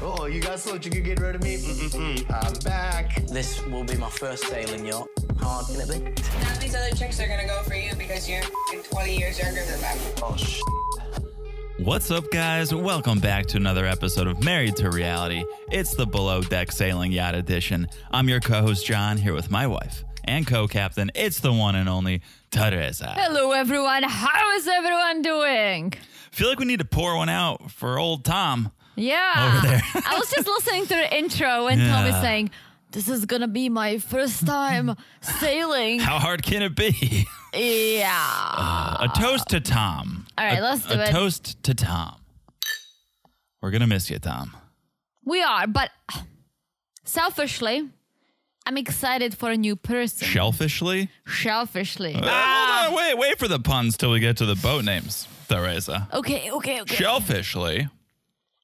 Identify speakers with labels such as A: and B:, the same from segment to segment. A: Oh, you got such you could get rid of me. Mm-mm-mm. I'm back.
B: This will be my first sailing yacht. How hard can it be?
C: None of these other chicks are gonna go for you because you're f***ing 20 years younger than them.
B: Oh, sh-
D: What's up, guys? Welcome back to another episode of Married to Reality. It's the Below Deck Sailing Yacht Edition. I'm your co host, John, here with my wife and co captain. It's the one and only Teresa.
E: Hello, everyone. How is everyone doing?
D: Feel like we need to pour one out for old Tom.
E: Yeah.
D: Over there.
E: I was just listening to the intro when Tom
D: Yeah.
E: was saying, This is going to be my first time sailing.
D: How hard can it be?
E: yeah.
D: a toast to Tom.
E: All right,
D: A-
E: let's do
D: a
E: it.
D: toast to Tom. We're going to miss you, Tom.
E: We are, but selfishly, I'm excited for a new person.
D: Shellfishly?
E: Selfishly.
D: Uh,
E: Ah.
D: hold on, wait, wait for the puns till we get to the boat names, Teresa.
E: Okay, okay, okay.
D: Shellfishly.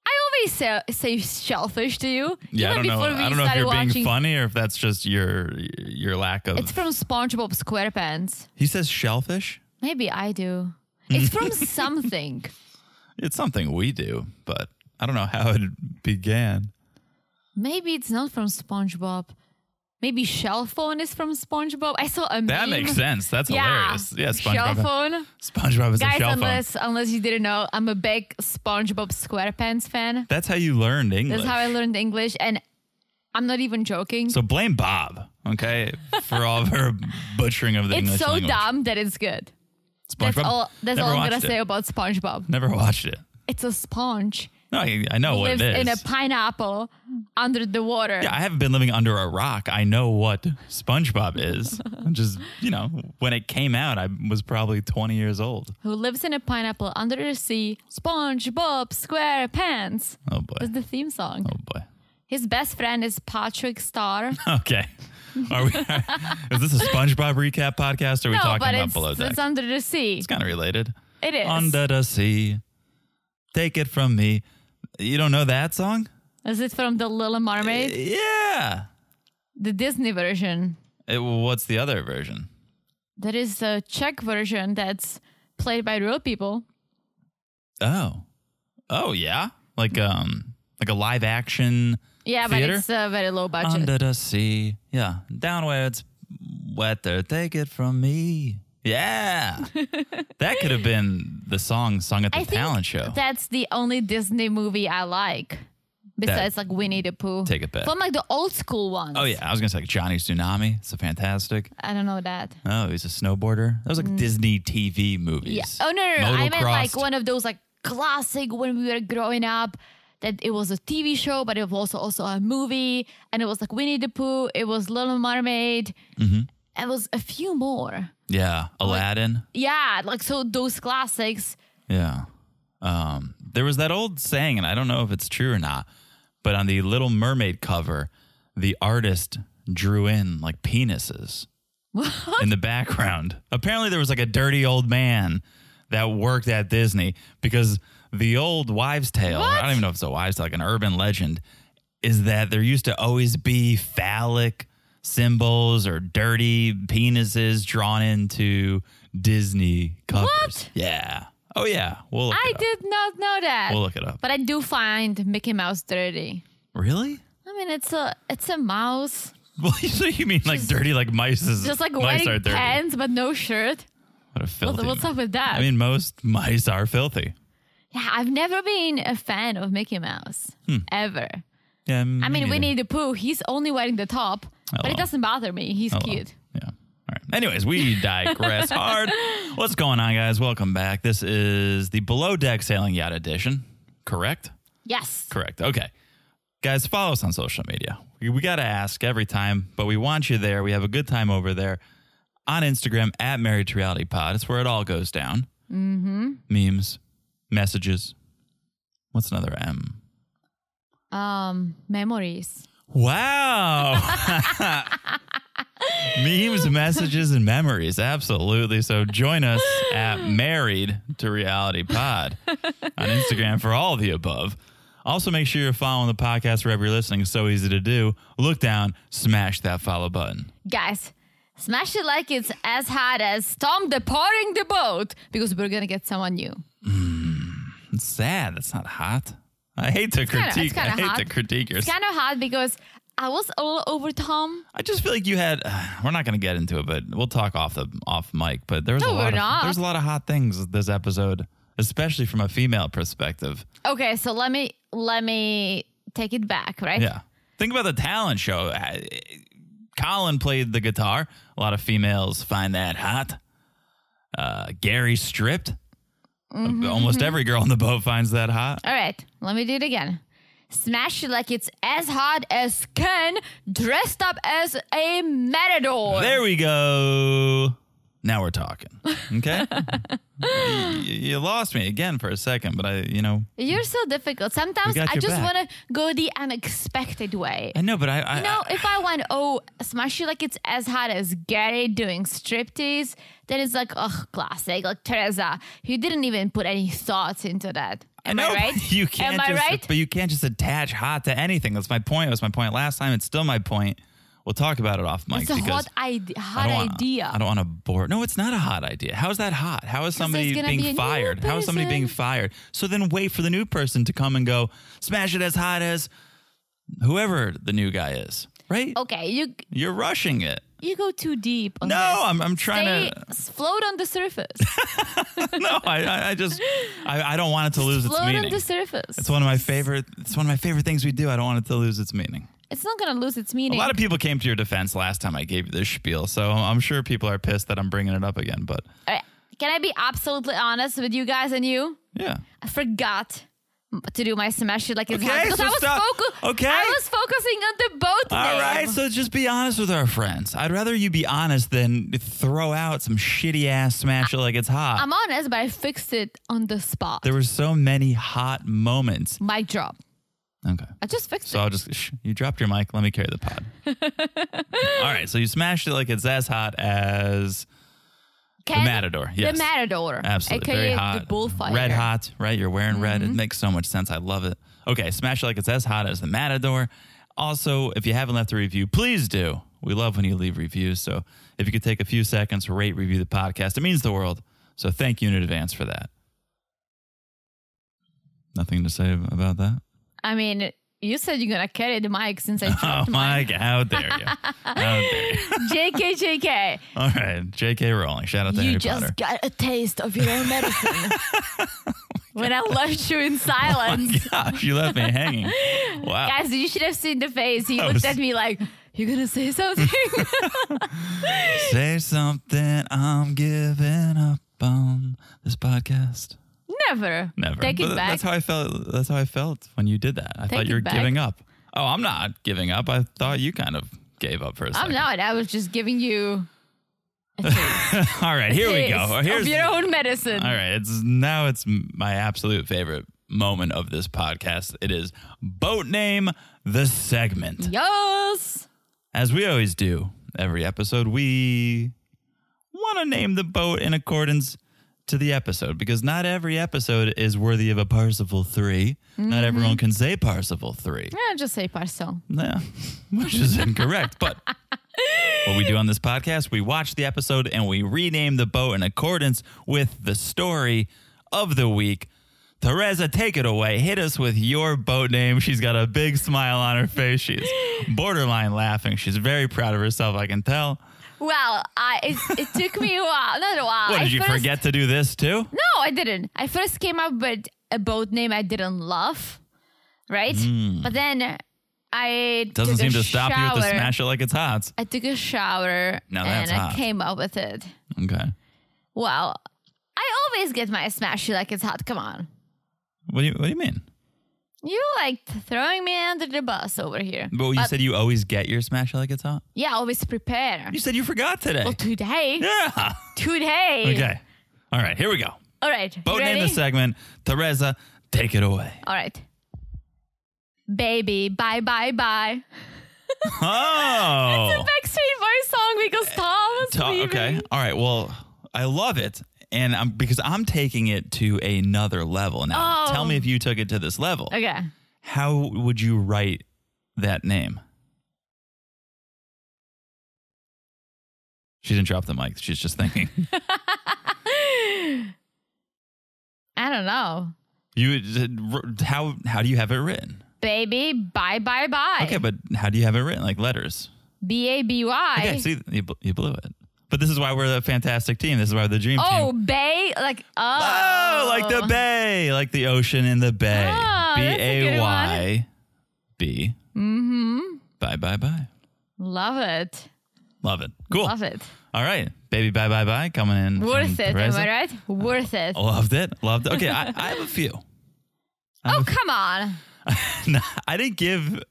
E: I always say, say shellfish to you.
D: Yeah, I don't
E: Even
D: know.
E: before we
D: I don't know if
E: started
D: you're being
E: watching.
D: funny or if that's just your your lack of.
E: It's from SpongeBob SquarePants.
D: he says shellfish.
E: Maybe I do. It's from something.
D: It's something we do, but I don't know how it began.
E: Maybe it's not from SpongeBob. Maybe shell phone is from SpongeBob. I saw a
D: That
E: meme.
D: makes sense. That's
E: Yeah.
D: hilarious. Yeah,
E: Shell
D: SpongeBob.
E: phone.
D: SpongeBob is a
E: Guys,
D: shell phone.
E: unless unless you didn't know, I'm a big SpongeBob SquarePants fan.
D: That's how you learned English.
E: That's how I learned English, and I'm not even joking.
D: So blame Bob, okay, for all of her butchering of the
E: it's
D: English
E: so
D: language.
E: dumb that it's good. That's
D: SpongeBob?
E: all. That's
D: Never
E: all I'm gonna
D: watched it.
E: say about SpongeBob.
D: Never watched it.
E: It's a sponge.
D: No, I, I know what Oh, it
E: lives
D: is.
E: in a pineapple under the water.
D: Yeah, I haven't been living under a rock. I know what SpongeBob is. Just, you know, when it came out, I was probably 20 years old.
E: Who lives in a pineapple under the sea? SpongeBob SquarePants.
D: Oh, boy.
E: That's the theme song.
D: Oh, boy.
E: His best friend is Patrick Star.
D: Okay. Are we, is this a SpongeBob recap podcast or are we talking
E: but
D: about
E: it's,
D: Below Deck?
E: it's under the sea.
D: it's kind of related.
E: It is.
D: Under the sea. Take it from me. You don't know that song?
E: is it from the Little
D: Eh.
E: Mermaid?
D: Yeah.
E: The Disney version.
D: It- what's the other version?
E: There is a Czech version that's played by real people.
D: Oh. Oh, yeah. Like, um, like a live action.
E: Yeah,
D: Theater?
E: but it's uh, very low budget.
D: Under the sea. Yeah. Down where it's wetter. Take it from me. Yeah. that could have been the song sung at the
E: I think
D: talent show.
E: that's the only Disney movie I like. Besides, like Winnie the Pooh.
D: Take it back.
E: From like the old school ones.
D: oh, yeah. I was going to say like Johnny Tsunami. It's a fantastic.
E: I don't know that.
D: Oh, he's a snowboarder. That was like Disney TV movies.
E: Mm. Yeah. Oh no, no, no. I meant like
D: Motocrossed.
E: one of those like classic when we were growing up. That it was a TV show, but it was also also a movie, and it was like Winnie the Pooh. It was Little Mermaid.
D: Mm-hmm.
E: And it was a few more.
D: Yeah. Aladdin.
E: Yeah, like so those classics.
D: Yeah. Um, there was that old saying, and I don't know if it's true or not, but on the Little Mermaid cover, the artist drew in like penises in the background. Apparently, there was like a dirty old man that worked at Disney because the old wives' tale, I don't even know if it's a wives' tale, like an urban legend, is that there used to always be phallic symbols or dirty penises drawn into Disney covers.
E: What?
D: Yeah. Oh yeah. We'll look
E: I
D: it up.
E: did not know that.
D: We'll uh, look it up.
E: but I do find Mickey Mouse dirty.
D: Really?
E: I mean, it's a it's a mouse,
D: Well, so you mean like dirty, like mice is
E: just like
D: mice are
E: wearing
D: dirty.
E: pants but no shirt.
D: What a
E: What-
D: filthy.
E: what's up with that?
D: I mean, most mice are filthy.
E: yeah, I've never been a fan of Mickey Mouse
D: Hmm.
E: ever.
D: Yeah,
E: I mean,
D: neither.
E: Winnie the Pooh, he's only wearing the top, but
D: Hello.
E: it doesn't bother me. He's
D: Oh, well.
E: cute.
D: Yeah. All right. Anyways, we digress hard. What's going on, guys? Welcome back. This is the Below Deck Sailing Yacht Edition, correct?
E: Yes.
D: Correct. Okay. Guys, follow us on social media. We, we got to ask every time, but we want you there. We have a good time over there on Instagram at Married to Reality Pod. It's where it all goes down. Mm-hmm. Memes, messages. What's another M?
E: Um, memories.
D: Wow. Memes, messages, and memories. Absolutely. So join us at Married to Reality Pod on Instagram for all of the above. Also, make sure you're following the podcast wherever you're listening. It's so easy to do. Look down, smash that follow button.
E: Guys, smash it like it's as hard as Tom departing the boat because we're going to get someone new.
D: It's sad. That's not hot. I hate to
E: kinda- it's
D: critique.
E: kinda
D: I hate
E: hot.
D: to critique your.
E: It's kind of hard because I was a little over Tom.
D: I just feel like you had. uh, we're not going to get into it, but we'll talk off the off mic. But there was
E: No,
D: a
E: we're
D: lot. Of,
E: not.
D: there was a lot of hot things this episode, especially from a female perspective.
E: Okay, so let me let me take it back, right?
D: Yeah. Think about the talent show. Uh, Colin played the guitar. A lot of females find that hot. Uh, Gary stripped.
E: Mm-hmm,
D: Almost every girl on the boat finds that hot.
E: All right, let me do it again. Smash it like it's as hot as Ken, dressed up as a matador.
D: There we go. Now we're talking. Okay. Y- y- you lost me again for a second, but I, you know,
E: You're so difficult. Sometimes
D: got
E: I
D: your
E: just
D: back.
E: want to go the unexpected way.
D: I know, but I, I
E: You know, if I went, oh, smash it like it's as hot as Gary doing striptease, then it's like, oh, classic, like Teresa. You didn't even put any thoughts into that. Am
D: No,
E: I
D: but
E: right?
D: You can't
E: Am I
D: just,
E: right?
D: But you can't just attach hot to anything. That's my point. It was my point last time. It's still my point. We'll talk about it off mic
E: It's a
D: because
E: hot, ide-
D: I
E: hot
D: don't wanna-
E: idea.
D: I don't want to bore. No, it's not a hot idea. How is that hot? How is somebody
E: gonna
D: being
E: be a new
D: fired? How is somebody being
E: person.
D: fired? So then wait for the new person to come and go smash it as hot as whoever the new guy is. Right?
E: okay, you
D: You're rushing it.
E: you go too deep. on
D: No,
E: this.
D: I'm, I'm trying
E: Stay,
D: to.
E: s- float on the surface.
D: No, I, I, I just I, I don't want it to lose its
E: float on
D: meaning.
E: the surface.
D: It's one of my favorite. It's one of my favorite things we do. I don't want it to lose its meaning.
E: It's not gonna lose its
D: A
E: meaning.
D: lot of people came to your defense last time I gave you this spiel, so I'm sure people are pissed that I'm bringing it up again. But
E: All right, Can I be absolutely honest with you guys and you?
D: yeah,
E: I forgot m- to do my smash it like it's
D: Okay,
E: hot because
D: so
E: I was
D: stop.
E: focu-
D: Okay.
E: I was focusing on the boat.
D: all
E: name.
D: right. So just be honest with our friends. I'd rather you be honest than throw out some shitty ass smash it like it's hot.
E: I'm honest, but I fixed it on the spot.
D: there were so many hot moments.
E: Mic drop.
D: Okay.
E: I just fixed
D: So
E: it.
D: I'll just shh, you dropped your mic. Let me carry the pod. all right. So you smashed it like it's as hot as
E: Ken,
D: Matador, yes.
E: The matador.
D: Absolutely.
E: AKA
D: Very
E: the
D: hot.
E: bullfighter. Mm-hmm.
D: Red hot, right? You're wearing red. It makes so much sense. I love it. Okay, smash it like it's as hot as the Matador. Also, if you haven't left a review, please do. We love when you leave reviews. So if you could take a few seconds, rate, review the podcast, it means the world. So thank you in advance for that. Nothing to say about that?
E: I mean, you said you're gonna carry the mic since I
D: Oh
E: dropped
D: my
E: mine.
D: God, how dare you? How dare you?
E: JK, JK.
D: All right, J.K. Rowling. Shout out to Harry
E: you
D: Potter.
E: just got a taste of your own medicine. when I left you
D: Oh
E: in silence.
D: Gosh, you left me hanging. Wow.
E: Guys, you should have seen the face. He
D: That
E: looked
D: was-
E: at me like, You're gonna say something?
D: Say something I'm giving up on this podcast.
E: Never.
D: Never.
E: Take
D: But
E: it
D: th-
E: back.
D: That's how I felt. That's how I felt when you did that. I
E: Take
D: thought you
E: it
D: were
E: back.
D: giving up. Oh, I'm not giving up. I thought you kind of gave up for a
E: I'm
D: second.
E: not. I was just giving you
D: All right, here we
E: taste
D: go. Here's
E: of your own medicine.
D: All right, it's now it's m- my absolute favorite moment of this podcast. It is boat name the segment.
E: Yes.
D: As we always do every episode, we want to name the boat in accordance to the episode because not every episode is worthy of a Parsifal 3. Not everyone can say Parsifal 3,
E: Yeah, just say parcel.
D: yeah. which is incorrect. but what we do on this podcast, we watch the episode and we rename the boat in accordance with the story of the week. Teresa, take it away. Hit us with your boat name. She's got a big smile on her face. She's borderline laughing. She's very proud of herself, I can tell.
E: Well, I it, it took me a while. Not a while.
D: What,
E: I
D: did you
E: first-
D: forget to do this too?
E: No, I didn't. I first came up with a boat name I didn't love, right? But then I
D: Hmm. Doesn't
E: took a
D: seem to stop you at the
E: shower.
D: smash it like it's hot.
E: I took a shower
D: Now
E: and
D: that's
E: I
D: hot.
E: came up with it.
D: Okay.
E: Well, I always get my smash you like it's hot. Come on.
D: What do you, what do you mean?
E: You like throwing me under the bus over here.
D: But you said you always get your smash it like it's hot?
E: Yeah, always prepare.
D: You said you forgot today.
E: Well, today,
D: yeah.
E: today.
D: Okay. All right, here we go.
E: All right. you
D: Boat name uh,
E: ready?
D: the segment. Teresa, take it away.
E: All right. Baby, bye, bye, bye.
D: Oh.
E: Backstreet Boys song because Tom was
D: Ta-
E: leaving.
D: okay. All right. Well, I love it. And I'm because I'm taking it to another level now.
E: Oh.
D: Tell me if you took it to this level.
E: Okay.
D: How would you write that name? She didn't drop the mic. She's just thinking.
E: I don't know.
D: You how how do you have it written?
E: Baby, bye, bye, bye.
D: Okay, but how do you have it written? Like letters.
E: B A B Y.
D: Okay, see, you, bl- you blew it. But this is why we're the fantastic team. This is why the dream
E: Oh,
D: team.
E: bay, like oh,
D: Oh, like the bay, like the ocean in the bay.
E: Oh,
D: B
E: that's a
D: A
E: good one.
D: Y B. Mm-hmm. Bye bye bye.
E: Love it,
D: Love it. Cool.
E: love it.
D: All right, baby. Bye bye bye. Coming in.
E: Worth
D: from
E: it, am
D: Teresa.
E: I right? Worth it. Oh,
D: Loved it. Loved it. Okay, I, I have a few. I have
E: Oh, come on.
D: No, I didn't give,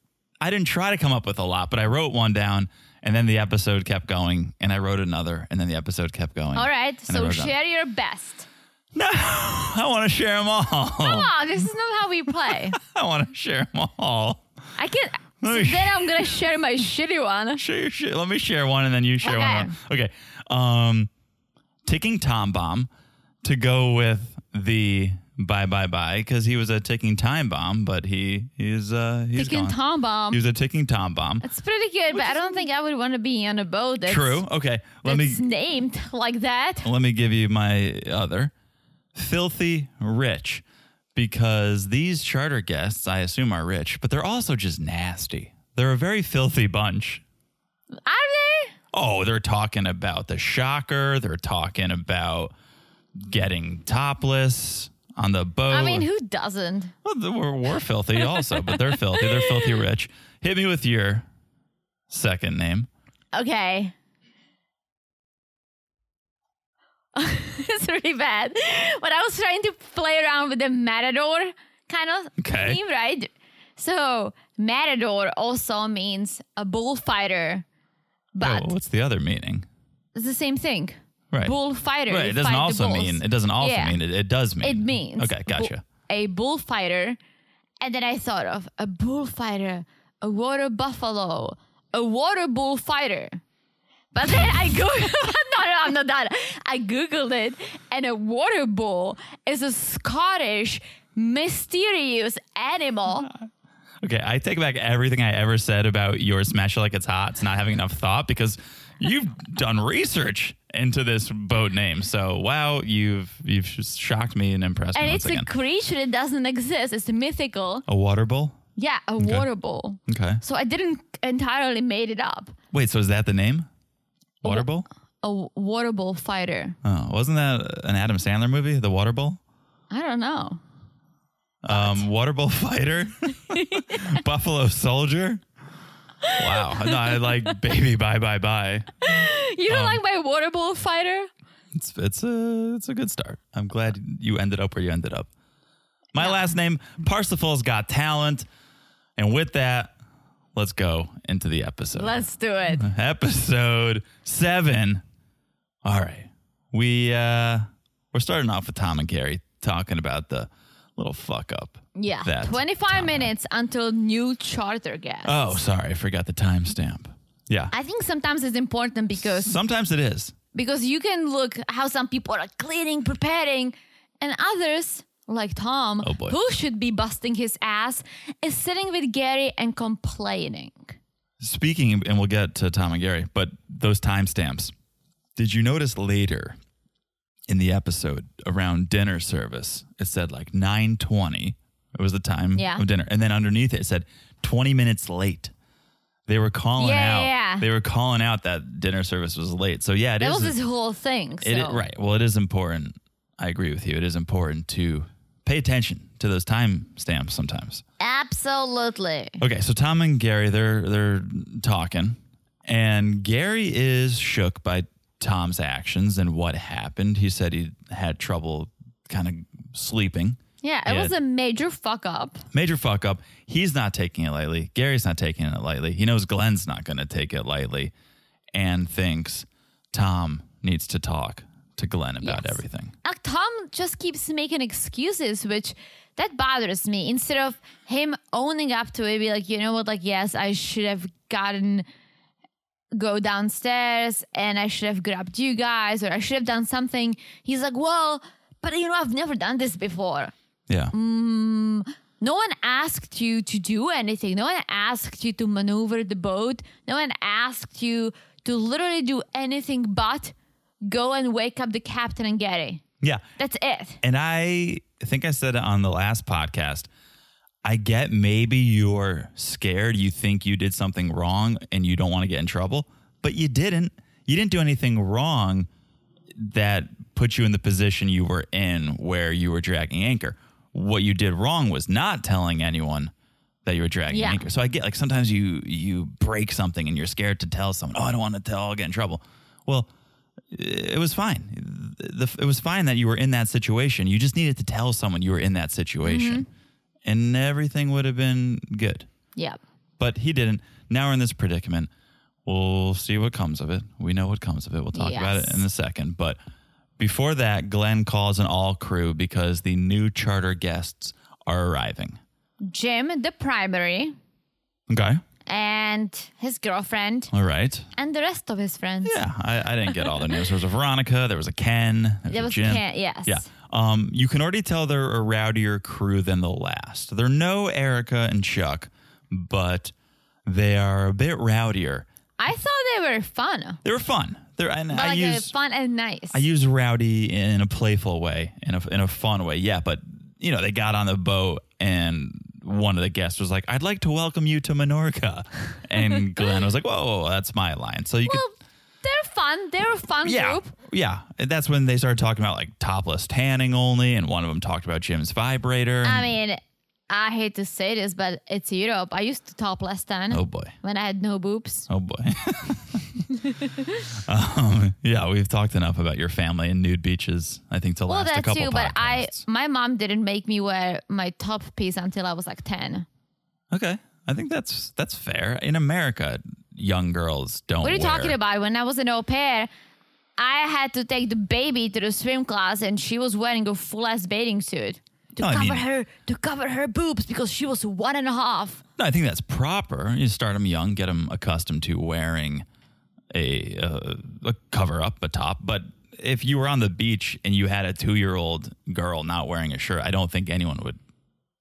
D: I didn't try to come up with a lot, but I wrote one down and then the episode kept going and I wrote another and then the episode kept going.
E: All right,
D: And I
E: so
D: wrote down-
E: share your best.
D: No, I want to share them all.
E: Come on, Ah, this is not how we play.
D: I want to share them all.
E: I can.
D: Let
E: So
D: me-
E: then I'm gonna share my shitty one.
D: Share your shit. Let me share one and then you share
E: Okay.
D: one. Okay. Um, ticking Tom bomb to go with the bye bye bye because he was a ticking time bomb, but he he's uh he's
E: Ticking
D: gone.
E: tom bomb.
D: He was a ticking Tom bomb.
E: It's pretty good, but I don't think I would want to be on a boat that's
D: True. Okay. Let me
E: that's named like that.
D: Let me give you my other filthy rich because these charter guests, I assume, are rich, but they're also just nasty. They're a very filthy bunch.
E: Are they?
D: Oh, they're talking about the shocker. They're talking about getting topless on the boat.
E: I mean, who doesn't?
D: Well, they we're, we're filthy also, but they're filthy. They're filthy rich. Hit me with your second name. Oh,
E: Okay. it's really bad. But I was trying to play around with the Matador kind of
D: Okay.
E: theme, right? So, Matador also means a
D: Oh,
E: bullfighter, but
D: what's the other meaning?
E: it's the same thing.
D: Right.
E: Bullfighter.
D: Right.
E: you
D: It doesn't
E: fight the
D: also
E: bulls.
D: mean. It doesn't also
E: Yeah.
D: mean. It, it does mean.
E: It means.
D: Okay.
E: bull-
D: Gotcha.
E: a bullfighter. And then I thought of a bullfighter, a water buffalo, a water bullfighter. But then I googled, no, no, I'm not done. I googled it, and a water bull is a Scottish mysterious animal.
D: Ah, Okay, I take back everything I ever said about your smash it like it's hot. It's not having enough thought because you've done research into this boat name. So wow, you've you've just shocked me and impressed
E: And
D: me
E: it's
D: once again.
E: a creature that doesn't exist. It's mythical.
D: a water bowl.
E: Yeah, a water bull.
D: Okay.
E: So I didn't entirely made it up.
D: Wait, so is that the name? Water bowl.
E: A w- water bull fighter.
D: Oh, wasn't that an Adam Sandler movie, The Water Bowl?
E: I don't know.
D: Um, water bowl fighter, buffalo soldier. Wow, no, I like baby bye bye bye.
E: You
D: Um,
E: don't like my water bull fighter?
D: It's it's a it's a good start. I'm glad you ended up where you ended up. My last name Parsifal's got talent, and with that, let's go into the episode.
E: Let's do it.
D: episode seven. All right, we uh we're starting off with Tom and Gary talking about the little fuck up.
E: Yeah.
D: that
E: 25
D: Tom had.
E: minutes until new charter guest.
D: Oh, sorry, I forgot the timestamp. Yeah,
E: I think sometimes it's important because
D: sometimes it is.
E: because you can look how some people are cleaning, preparing, and others like Tom,
D: Oh, boy.
E: who should be busting his ass, is sitting with Gary and complaining.
D: Speaking, and we'll get to Tom and Gary, but those timestamps. Did you notice later in the episode around dinner service, it said like 920. It was the time
E: Yeah.
D: of dinner. And then underneath it, it said 20 minutes late. They were calling
E: Yeah,
D: out.
E: yeah, yeah.
D: They were calling out that dinner service was late. So yeah, it
E: That
D: is-
E: was his whole thing. So.
D: it i- right. Well, it is important. I agree with you. It is important to pay attention to those time stamps sometimes.
E: Absolutely.
D: Okay, so Tom and Gary they're they're talking, and Gary is shook by Tom's actions and what happened. He said he had trouble kind of sleeping.
E: Yeah, it
D: Yeah.
E: was a major fuck up.
D: Major fuck up. He's not taking it lightly. Gary's not taking it lightly. He knows Glenn's not going to take it lightly and thinks Tom needs to talk to Glenn about
E: Yes.
D: everything.
E: like Tom just keeps making excuses, which that bothers me. Instead of him owning up to it, be like, you know what, like, yes, I should have gotten go downstairs and I should have grabbed you guys or I should have done something. He's like, well, but you know, I've never done this before.
D: Yeah.
E: No one asked you to do anything. No one asked you to maneuver the boat. No one asked you to literally do anything but go and wake up the captain and Gary.
D: Yeah.
E: That's it.
D: And I think I said it on the last podcast. I get maybe you're scared. You think you did something wrong and you don't want to get in trouble, but you didn't. You didn't do anything wrong that put you in the position you were in where you were dragging anchor. What you did wrong was not telling anyone that you were dragging
E: Yeah.
D: anchor. So I get like sometimes you you break something and you're scared to tell someone, "Oh, I don't want to tell, I'll get in trouble." Well, it was fine. The, it was fine that you were in that situation. You just needed to tell someone you were in that situation, and everything would have been good.
E: Yeah.
D: But he didn't. Now we're in this predicament. We'll see what comes of it. We know what comes of it. We'll talk about it
E: Yes.
D: in a second. But before that, Glenn calls an all crew because the new charter guests are arriving.
E: Jim, the primary,
D: Okay.
E: and his girlfriend,
D: All right.
E: and the rest of his friends.
D: Yeah, I, I didn't get all the names. There was a Veronica. There was a Ken. There was,
E: There
D: a
E: was
D: Jim.
E: Ken, yes.
D: Yeah. Um, you can already tell they're a rowdier crew than the last. They're no Erica and Chuck, but they are a bit rowdier.
E: I thought they were fun,
D: They were fun. They're and
E: but
D: I
E: like uh,
D: use
E: fun and nice.
D: I use rowdy in a playful way, in a in a fun way. Yeah, but you know they got on the boat and one of the guests was like, "I'd like to welcome you to Menorca," and Glenn was like, "Whoa, whoa, whoa, that's my line." So you could
E: well, they're fun. They're a fun
D: yeah,
E: group.
D: Yeah. And that's when they started talking about like topless tanning only, and one of them talked about Jim's vibrator.
E: I mean, I hate to say this, but it's Europe. I used to top less than
D: oh boy.
E: when I had no boobs.
D: Oh boy. um, yeah, we've talked enough about your family and nude beaches. I think to
E: Well,
D: last a
E: that
D: couple
E: too, but I
D: podcasts.
E: my mom didn't make me wear my top piece until I was like ten.
D: okay, I think that's that's fair. In America, young girls don't.
E: What are you
D: wear-
E: talking about? When I was an au pair, I had to take the baby to the swim class, and she was wearing a full ass bathing suit to
D: No, I
E: cover
D: mean-
E: her to cover her boobs because she was one and a half.
D: No, I think that's proper. You start them young, get them accustomed to wearing a, uh, a cover up, a top. But if you were on the beach and you had a two year old girl not wearing a shirt, I don't think anyone would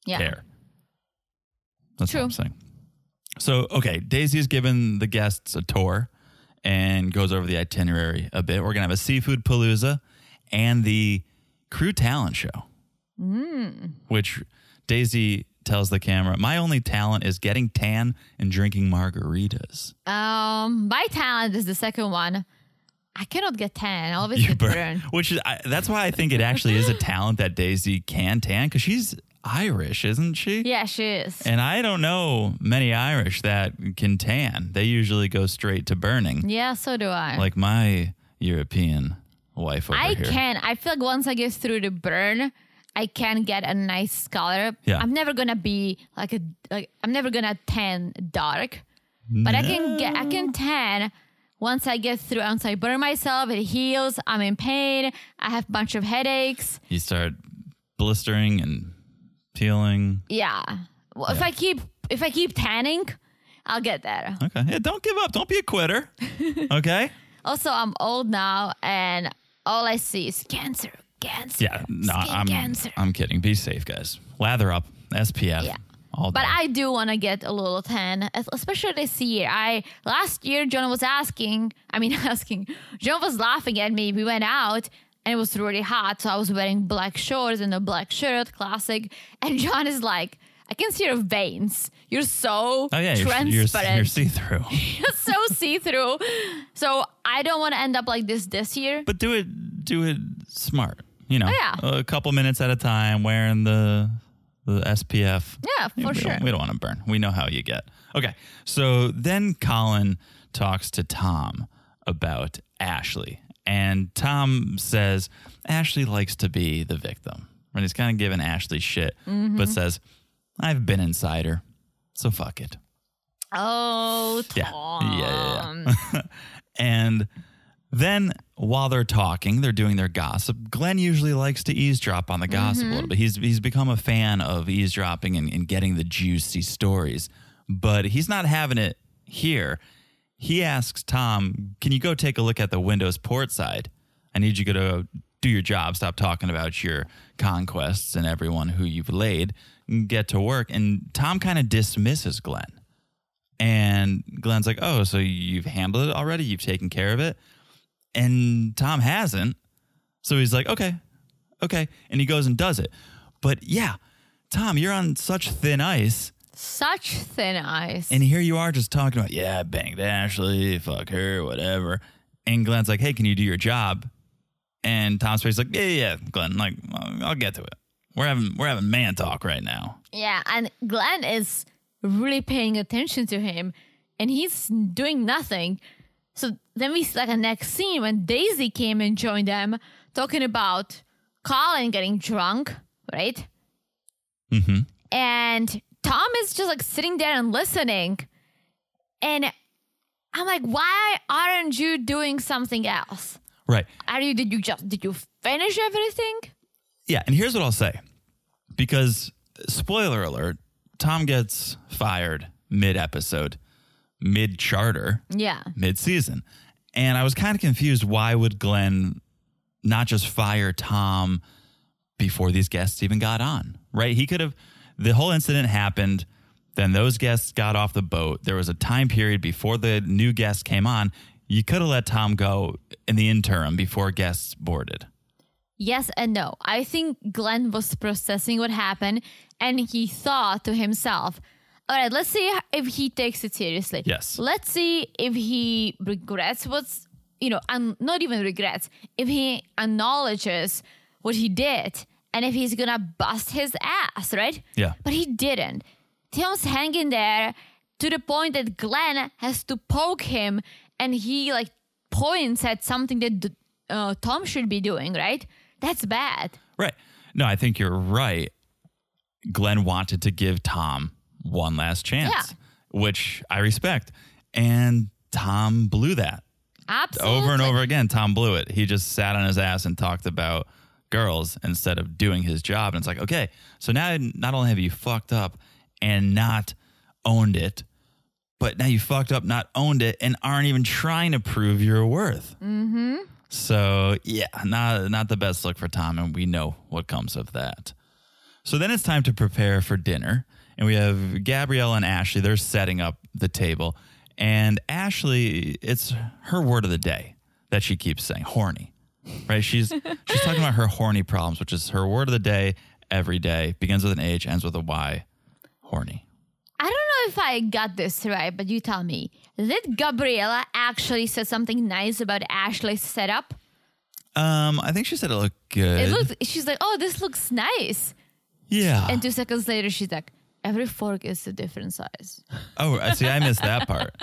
E: Yeah,
D: care. That's
E: True.
D: what I'm saying. So, okay, Daisy's given the guests a tour and goes over the itinerary a bit. We're going to have a seafood palooza and the crew talent show,
E: Mm.
D: which Daisy tells the camera, My only talent is getting tan and drinking margaritas.
E: um, my talent is the second one. I cannot get tan. I always
D: You
E: get
D: burn-
E: burn.
D: Which is, I, that's why I think it actually is a talent that Daisy can tan because she's Irish, isn't she?
E: Yeah, she is.
D: And I don't know many Irish that can tan. They usually go straight to burning,
E: Yeah, so do I.
D: like my European wife over
E: I
D: here.
E: can. I feel like once I get through the burn, I can get a nice color.
D: Yeah.
E: I'm never gonna be like a like I'm never gonna tan dark, but I can get I can tan once I get through. Once I burn myself, it heals. I'm in pain. I have a bunch of headaches.
D: You start blistering and peeling.
E: Yeah. Well, If I keep if I keep tanning, I'll get there.
D: Okay. Yeah, don't give up. Don't be a quitter. Okay.
E: Also, I'm old now, and all I see is cancer, cancer,
D: Yeah. No,
E: skin
D: I'm
E: cancer.
D: I'm kidding. Be safe, guys. Lather up. SPF.
E: Yeah.
D: All
E: But
D: day.
E: I do want to get a little tan, es- especially this year. I last year John was asking, I mean asking, John was laughing at me. We went out and it was really hot, so I was wearing black shorts and a black shirt, classic. And John is like, I can see your veins. You're so
D: Oh yeah, you're, you're,
E: transparent,
D: you're see-through.
E: You're so see through. So I don't want to end up like this this year.
D: But do it do it smart. You know,
E: Oh, yeah.
D: a couple minutes at a time, wearing the the SPF.
E: Yeah,
D: You know,
E: for
D: we
E: sure.
D: Don't, we don't want to burn. We know how you get. Okay, so then Colin talks to Tom about Ashley, and Tom says Ashley likes to be the victim, and he's kind of giving Ashley shit,
E: Mm-hmm.
D: but says, "I've been inside her, so fuck it."
E: Oh,
D: Yeah.
E: Tom.
D: Yeah, yeah, yeah. and then while they're talking, they're doing their gossip. Glenn usually likes to eavesdrop on the gossip a little bit. He's he's become a fan of eavesdropping and, and getting the juicy stories, but he's not having it here. He asks Tom, "Can you go take a look at the windows port side? I need you to go do your job. Stop talking about your conquests and everyone who you've laid. and Get to work." And Tom kind of dismisses Glenn. And Glenn's like, "Oh, so you've handled it already? You've taken care of it?" And Tom hasn't. So he's like, "Okay, okay. And he goes and does it. But yeah, Tom, you're on such thin ice.
E: Such thin ice.
D: And here you are just talking about, yeah, I banged Ashley, fuck her, whatever. And Glenn's like, hey, can you do your job? And Tom Space's like, yeah, yeah, yeah, Glenn, like, I'll I'll get to it. We're having we're having man talk right now.
E: yeah, and Glenn is really paying attention to him and he's doing nothing. So then we see like a next scene when Daisy came and joined them talking about Colin getting drunk, right? Mm-hmm. And Tom is just like sitting there and listening. And I'm like, why aren't you doing something else?
D: Right.
E: Are you did you just did you finish everything?
D: Yeah, and here's what I'll say. Because spoiler alert, Tom gets fired mid episode, mid charter,
E: Yeah.
D: mid season. And I was kind of confused why would Glenn not just fire Tom before these guests even got on, right? He could have the whole incident happened, then those guests got off the boat. There was a time period before the new guests came on. You could have let Tom go in the interim before guests boarded.
E: Yes and no. I think Glenn was processing what happened and he thought to himself, all right, let's see if he takes it seriously.
D: Yes.
E: Let's see if he regrets what's, you know, and not even regrets, if he acknowledges what he did and if he's gonna bust his ass, right?
D: Yeah.
E: But he didn't. Tim's hanging there to the point that Glenn has to poke him and he like points at something that uh, Tom should be doing, right? That's bad.
D: Right. No, I think you're right. Glenn wanted to give Tom one last chance, which I respect. And Tom blew that
E: Absolutely.
D: over and over again. Tom blew it. He just sat on his ass and talked about girls instead of doing his job. And it's like, okay, so now not only have you fucked up and not owned it, but now you fucked up, not owned it, and aren't even trying to prove your worth. Mm-hmm. So yeah, not not the best look for Tom, and we know what comes of that. So then it's time to prepare for dinner, and we have Gabrielle and Ashley. They're setting up the table, and Ashley, it's her word of the day that she keeps saying, "horny." Right? She's she's talking about her horny problems, which is her word of the day every day. Begins with an H, ends with a Y. Horny.
E: I don't know if I got this right, but you tell me. Did Gabriella actually say something nice about Ashley's setup?
D: Um, I think she said it looked good.
E: It looked. She's like, "Oh, this looks nice,"
D: yeah.
E: and two seconds later, she's like, "Every fork is a different size."
D: Oh, I see. I missed that part.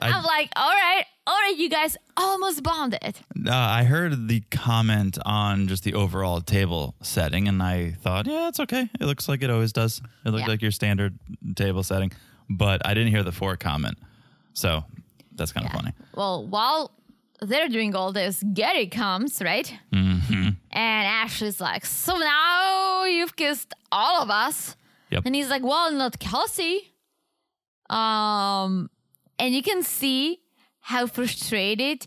E: I'm like, "All right, all right, you guys almost bonded."
D: Uh, I heard the comment on just the overall table setting, and I thought, yeah, it's okay. It looks like it always does. It looked
E: Yeah.
D: like your standard table setting, but I didn't hear the four comment, so that's kind of funny.
E: Well, while they're doing all this, Gary comes, right? Mm-hmm. And Ashley's like, So now you've kissed all of us.
D: Yep.
E: And he's like, Well, not Kelsey. Um, and you can see how frustrated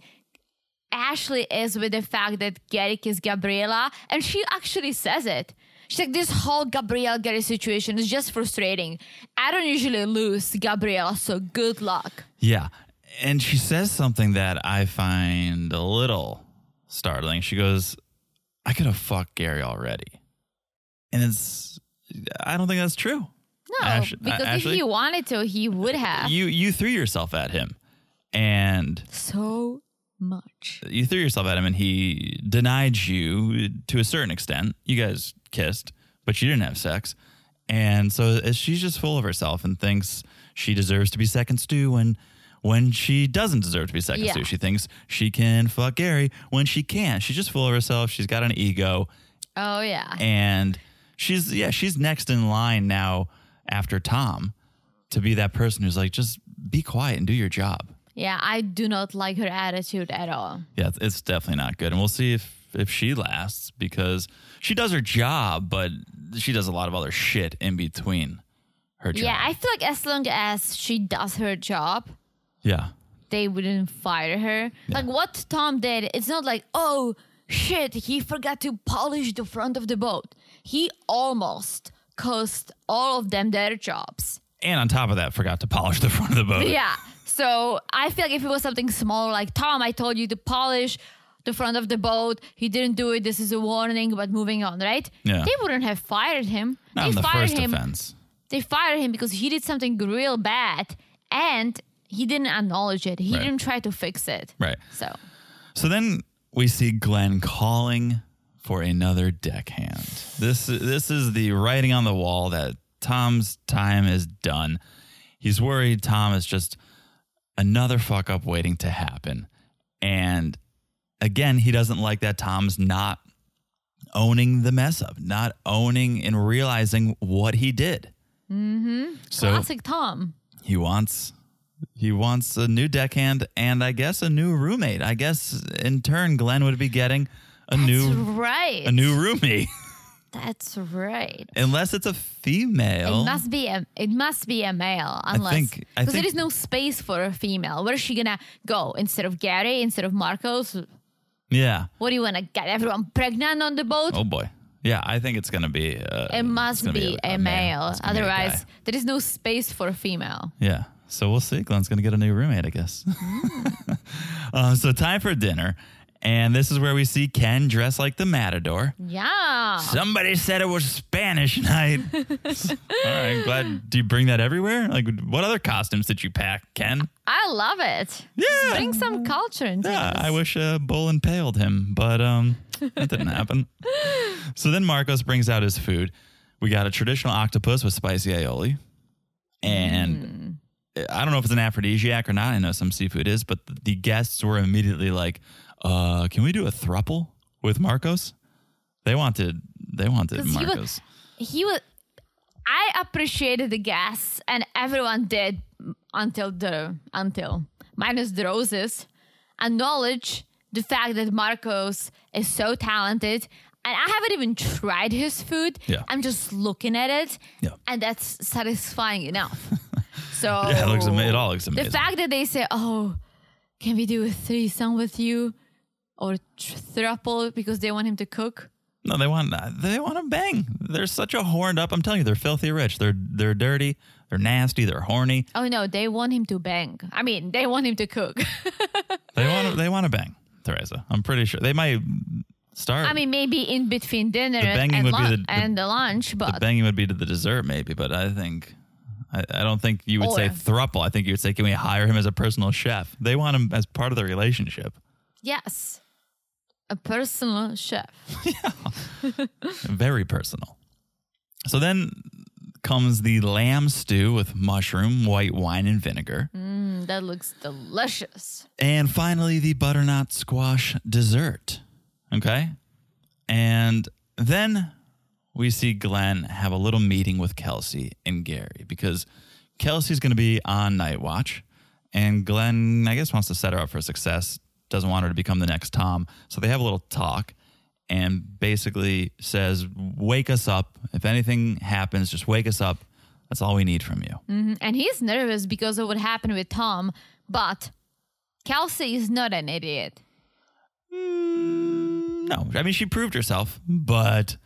E: Ashley is with the fact that Gary is Gabriela. And she actually says it. She's like, this whole Gabrielle Gary situation is just frustrating. I don't usually lose to Gabriela, so good luck.
D: Yeah, and she says something that I find a little startling. She goes, "I could have fucked Gary already," and it's. I don't think that's true.
E: No,
D: Ash- uh,
E: Oh, because
D: Ashley?
E: if he wanted to, he would have
D: You you threw yourself at him, and
E: so much.
D: you threw yourself at him and he denied you to a certain extent. You guys kissed, but you didn't have sex. And so she's just full of herself and thinks she deserves to be second stew when when she doesn't deserve to be second
E: Yeah.
D: stew. She thinks she can fuck Gary when she can't. She's just full of herself. She's got an ego
E: Oh yeah,
D: and she's yeah, she's next in line now after Tom to be that person who's like just be quiet and do your job.
E: yeah. I do not like her attitude at all.
D: Yeah, it's- it's definitely not good. And we'll see if if she lasts because she does her job, but she does a lot of other shit in between her job.
E: Yeah, I feel like as long as she does her job,
D: yeah.
E: they wouldn't fire her. Like what Tom did, it's not like oh shit, he forgot to polish the front of the boat. He almost cost all of them their jobs.
D: And on top of that, forgot to polish the front of the boat.
E: Yeah. So I feel like if it was something small, like Tom, I told you to polish the front of the boat. He didn't do it. This is a warning, but moving on, right?
D: Yeah.
E: They wouldn't have fired him.
D: Not
E: they
D: in the
E: fired
D: first
E: him.
D: offense.
E: They fired him because he did something real bad and he didn't acknowledge it. He
D: Right.
E: didn't try to fix it.
D: Right.
E: So
D: So then we see Glenn calling for another deckhand. This this is the writing on the wall that Tom's time is done. He's worried Tom is just another fuck up waiting to happen. And again, he doesn't like that Tom's not owning the mess up, not owning and realizing what he did. Mm-hmm. So
E: classic Tom.
D: he wants he wants a new deckhand and I guess a new roommate. I guess in turn Glenn would be getting a
E: That's
D: new
E: right.
D: a new roomie
E: That's right.
D: unless it's a female.
E: It must be a it must be a male unless
D: think- I
E: because there
D: think-
E: is no space for a female. Where is she gonna go instead of Gary instead of Marcos?
D: yeah.
E: What do you wanna get everyone pregnant on the boat?
D: Oh boy. Yeah, I think it's going to be uh,
E: it must
D: it's gonna
E: be a,
D: man.
E: male.
D: It's gonna be a guy.
E: Otherwise, there is no space for a female.
D: Yeah. So we'll see. Glenn's going to get a new roommate, I guess.
E: Mm.
D: uh, so time for dinner. And this is where we see Ken dressed like the matador.
E: Yeah.
D: Somebody said it was Spanish night. All right, glad. Do you bring that everywhere? Like, what other costumes did you pack, Ken?
E: I love it.
D: Yeah.
E: Bring some culture into
D: Yeah,
E: this.
D: I wish uh, Bull impaled him, but um, that didn't happen. So then Marcos brings out his food. We got a traditional octopus with spicy aioli, and I don't know if it's an aphrodisiac or not. I know some seafood is, but the guests were immediately like, uh, "Can we do a thruple with Marcos?" They wanted, they wanted
E: 'Cause he
D: Marcos.
E: was- he was i appreciated the gas and everyone did until the until minus the roses acknowledge the fact that marcos is so talented and i haven't even tried his food
D: Yeah.
E: i'm just looking at it
D: Yeah.
E: and that's satisfying enough so
D: Yeah, it looks ama- it all looks amazing.
E: the fact that they say oh can we do a threesome with you or tr- throuple because they want him to cook
D: No, they want they want to bang. They're such a horned up. I'm telling you, they're filthy rich. They're they're dirty. They're nasty. They're horny.
E: Oh no, they want him to bang. I mean, they want him to cook.
D: They want to, they want to bang. Theresa, I'm pretty sure they might start.
E: I mean, maybe in between dinner
D: The banging
E: and,
D: would be
E: lun-
D: the- the-
E: and the lunch,
D: the
E: but
D: banging would be to the dessert, maybe. But I think I, I don't think you would say
E: Or-
D: thruple. I think you would say, can we hire him as a personal chef? They want him as part of the relationship.
E: yes, a personal chef.
D: Very personal. So then comes the lamb stew with mushroom, white wine, and vinegar.
E: Mm, that looks delicious.
D: And finally, the butternut squash dessert. Okay. And then we see Glenn have a little meeting with Kelsey and Gary because Kelsey's going to be on night watch. And Glenn, I guess, wants to set her up for success, doesn't want her to become the next Tom. So they have a little talk and basically says, Wake us up. If anything happens, just wake us up. That's all we need from you.
E: And he's nervous because of what happened with Tom, but Kelsey is not an idiot.
D: No, I mean she proved herself, but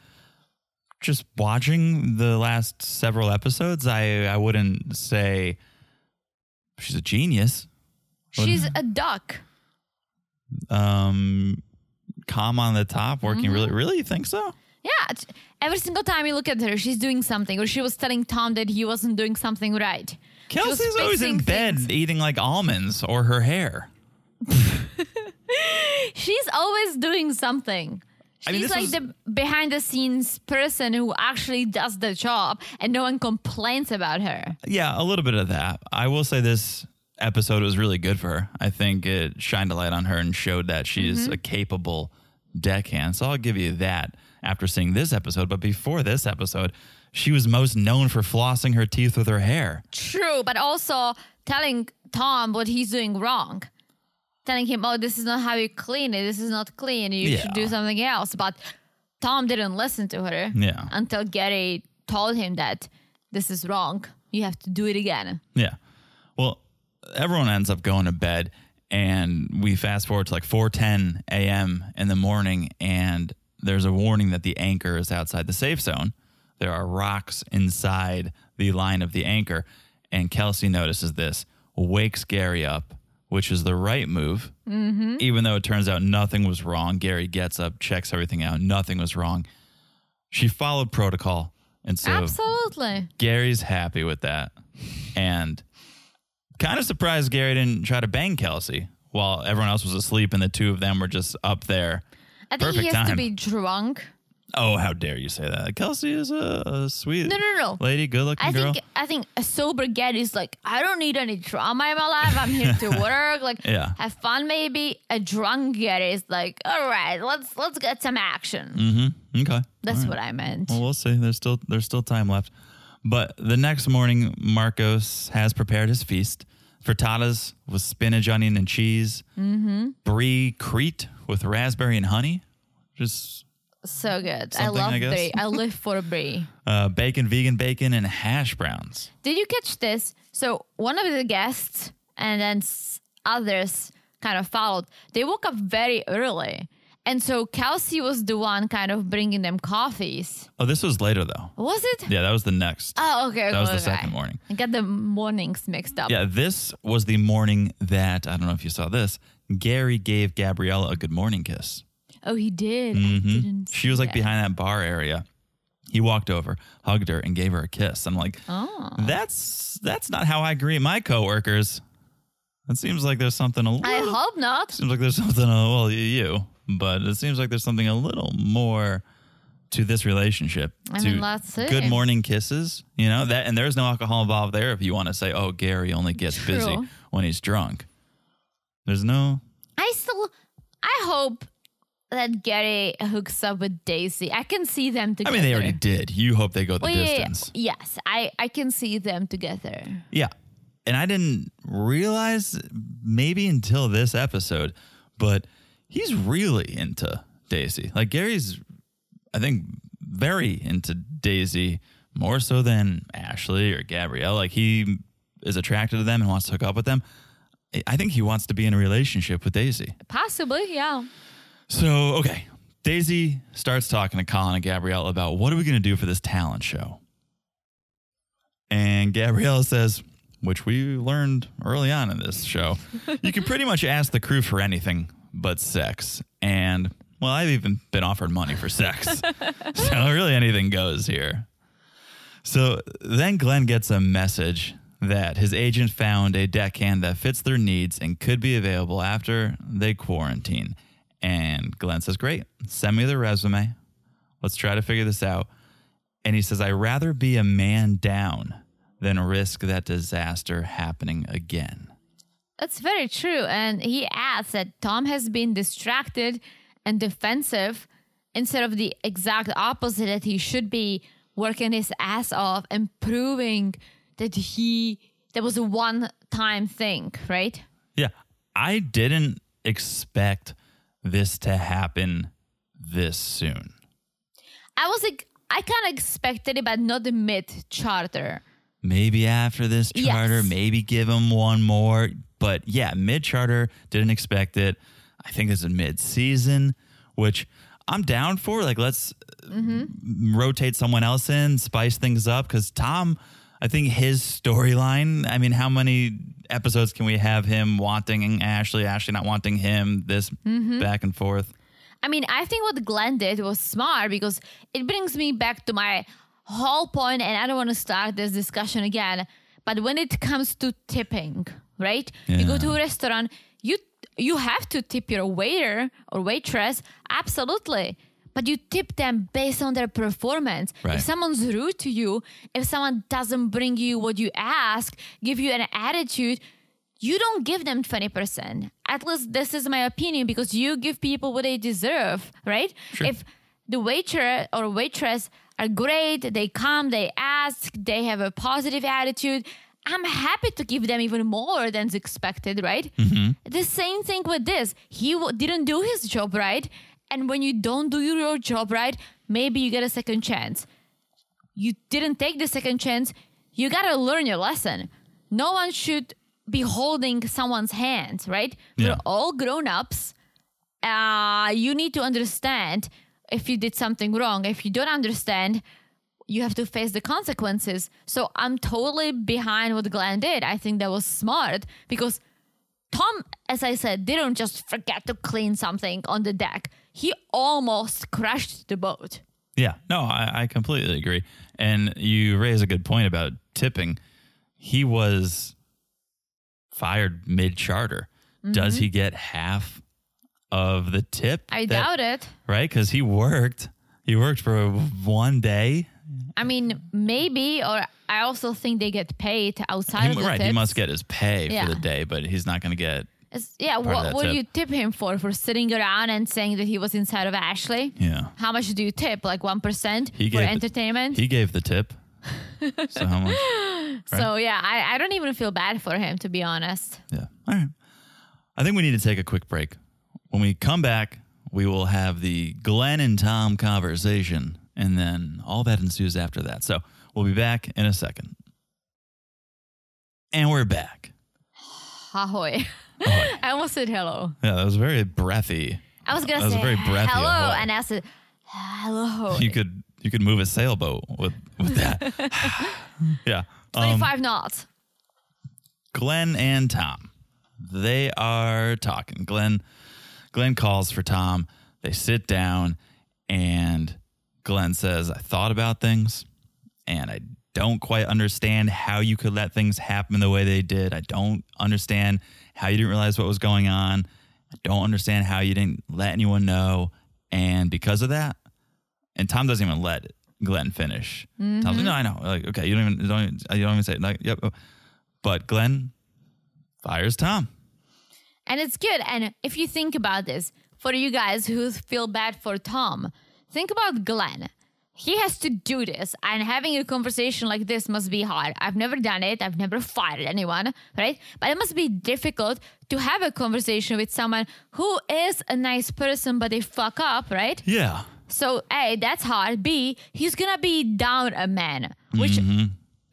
D: just watching the last several episodes, I I wouldn't say she's a genius.
E: She's a duck.
D: Um, calm on the top, working
E: Mm-hmm.
D: really, really. You think so?
E: Yeah, it's- every single time you look at her, she's doing something, or she was telling Tom that he wasn't doing something right. She was
D: Kelsey's always in
E: fixing
D: bed
E: things.
D: eating like almonds or her hair.
E: She's always doing something. She's
D: I mean, this
E: like
D: was-
E: the behind the scenes person who actually does the job and no one complains about her.
D: Yeah, a little bit of that. I will say this episode was really good for her. I think it shined a light on her and showed that she is a capable deckhand. So I'll give you that after seeing this episode. But before this episode, she was most known for flossing her teeth with her hair.
E: True, but also telling Tom what he's doing wrong. Telling him, oh, this is not how you clean it. This is not clean. You should
D: Yeah.
E: do something else. But Tom didn't listen to her
D: Yeah.
E: until Gary told him that this is wrong. You have to do it again.
D: Yeah. Well, everyone ends up going to bed and we fast forward to like 4:10 a.m. in the morning and there's a warning that the anchor is outside the safe zone. There are rocks inside the line of the anchor and Kelsey notices this, wakes Gary up, which is the right move. Even though it turns out nothing was wrong, Gary gets up, checks everything out, nothing was wrong. She followed protocol. And so
E: Absolutely.
D: Gary's happy with that. And kind of surprised Gary didn't try to bang Kelsey while everyone else was asleep and the two of them were just up there.
E: I think he
D: Perfect
E: has to
D: time.
E: be drunk.
D: Oh, how dare you say that? Kelsey is a, a sweet
E: No, no, no.
D: lady, good looking
E: I
D: girl.
E: think I think a sober get is like I don't need any drama in my life. I'm here to work, like
D: Yeah.
E: have fun. Maybe a drunk get is like, all right, let's let's get some action.
D: okay.
E: That's what I meant.
D: Mm, Well, we'll see. There's still there's still time left. But the next morning, Marcos has prepared his feast. Frittatas with spinach, onion, and cheese. Mm-hmm. Brie Crete with raspberry and honey. Just
E: so good. I
D: something,
E: love
D: I guess.
E: Brie. I live for Brie.
D: uh, bacon, vegan bacon, and hash browns.
E: Did you catch this? So one of the guests and then s- others kind of followed. They woke up very early. And so Kelsey was the one kind of bringing them coffees.
D: Oh, this was later though.
E: Was it?
D: Yeah, that was the next.
E: Oh, okay.
D: That was the
E: okay, okay.
D: second morning.
E: I got the mornings mixed up.
D: Yeah, this was the morning that I don't know if you saw this. Gary gave Gabriella a good morning kiss.
E: Oh, he did. I didn't
D: Mm-hmm. She was
E: see
D: like
E: that.
D: behind that bar area. He walked over, hugged her, and gave her a kiss. I'm like, oh. that's that's not how I greet my coworkers. It seems like there's something a
E: I
D: little.
E: hope not.
D: seems like there's something. uh, Well, you, but it seems like there's something a little more to this relationship.
E: I
D: to
E: mean, let's see.
D: Good morning kisses. You know that, and there's no alcohol involved there. If you want to say, oh, Gary only gets busy
E: True.
D: when he's drunk. There's no.
E: I still, I hope that Gary hooks up with Daisy. I can see them
D: I
E: together.
D: mean, they already did. You hope they go the
E: Well, yeah, yeah,
D: distance.
E: Yes, I, I can see them together.
D: Yeah. And I didn't realize maybe until this episode, but he's really into Daisy. Like Gary's, I think, very into Daisy more so than Ashley or Gabrielle. Like he is attracted to them and wants to hook up with them. I- I think he wants to be in a relationship with Daisy.
E: Possibly, yeah.
D: So, okay. Daisy starts talking to Colin and Gabrielle about what are we going to do for this talent show? And Gabrielle says, which we learned early on in this show, you can pretty much ask the crew for anything but sex. And, well, I've even been offered money for sex. so, really, anything goes here. So then Glenn gets a message that his agent found a deckhand that fits their needs and could be available after they quarantine. And Glenn says, Great, send me the resume. Let's try to figure this out. And he says, I'd rather be a man down than risk that disaster happening again.
E: That's very true. And he adds that Tom has been distracted and defensive instead of the exact opposite that he should be working his ass off and proving that he that was a one time thing, right?
D: Yeah. I didn't expect this to happen this soon.
E: I was like I kinda expected it, but not the mid charter.
D: maybe after this
E: Yes.
D: charter, maybe give him one more. But yeah, mid charter, didn't expect it. I think this is mid season, which I'm down for. Like, let's m- rotate someone else in, spice things up. Cause Tom, I think his storyline, I mean, how many episodes can we have him wanting Ashley, Ashley not wanting him, this back and forth?
E: I mean, I think what Glenn did was smart because it brings me back to my whole point, and I don't want to start this discussion again. But when it comes to tipping, right? You go
D: Yeah.
E: to a restaurant, you you have to tip your waiter or waitress, absolutely. But you tip them based on their performance.
D: Right.
E: If someone's rude to you, if someone doesn't bring you what you ask, give you an attitude, you don't give them 20%. At least this is my opinion because you give people what they deserve, right? If the waiter or waitress are great, they come, they ask, they have a positive attitude, I'm happy to give them even more than's expected, right? The same thing with this. He w- didn't do his job right. And when you don't do your job right, maybe you get a second chance you didn't take the second chance, you gotta learn your lesson. No one should be holding someone's hand, right?
D: Yeah.
E: We're all grown ups. Uh, you need to understand if you did something wrong. If you don't understand, you have to face the consequences. So I'm totally behind what Glenn did. I think that was smart because Tom, as I said, didn't just forget to clean something on the deck. He almost crashed the boat.
D: Yeah, no, I, I completely agree. And you raise a good point about tipping. He was fired mid charter. Does he get half of the tip?
E: Mm-hmm. I
D: that-
E: doubt it.
D: Right? Because he worked. He worked for one day.
E: I mean, maybe, or I also think they get paid outside
D: He-
E: of the
D: right. He
E: tips.
D: must get his pay
E: Yeah.
D: for the day, but he's not going to get.
E: It's- yeah,
D: of
E: what
D: that
E: would
D: tip.
E: you tip him for? For sitting around and saying that he was inside of Ashley?
D: Yeah.
E: How much do you tip? Like 1%
D: He
E: for
D: gave-
E: entertainment?
D: He gave the tip. so how much?
E: So, yeah, I, I don't even feel bad for him, to be honest.
D: Yeah. All right. I think we need to take a quick break. When we come back, we will have the Glenn and Tom conversation, and then all that ensues after that. So we'll be back in a second. And we're back.
E: Ahoy. I almost said hello.
D: Yeah, that was very breathy.
E: I was
D: That
E: gonna
D: was
E: say
D: very breathy,
E: hello,
D: ahoy.
E: and I said hello.
D: You could you could move a sailboat with with that. yeah. Um,
E: Twenty-five knots.
D: Glenn and Tom. They are talking. Glenn Glenn calls for Tom. They sit down and Glenn says, "I thought about things and I don't quite understand how you could let things happen the way they did. I don't understand how you didn't realize what was going on. I don't understand how you didn't let anyone know. And because of that, and Tom doesn't even let Glenn finish. Tom's like, no, I know. Like, okay, you don't even, don't even, you don't even say it. Like, yep. oh, But Glenn fires Tom.
E: And it's good. And if you think about this, for you guys who feel bad for Tom, think about Glenn. He has to do this, and having a conversation like this must be hard. I've never done it, I've never fired anyone, right? But it must be difficult to have a conversation with someone who is a nice person, but they fuck up, right?
D: Yeah.
E: So A, that's hard. B, he's gonna be down a man, which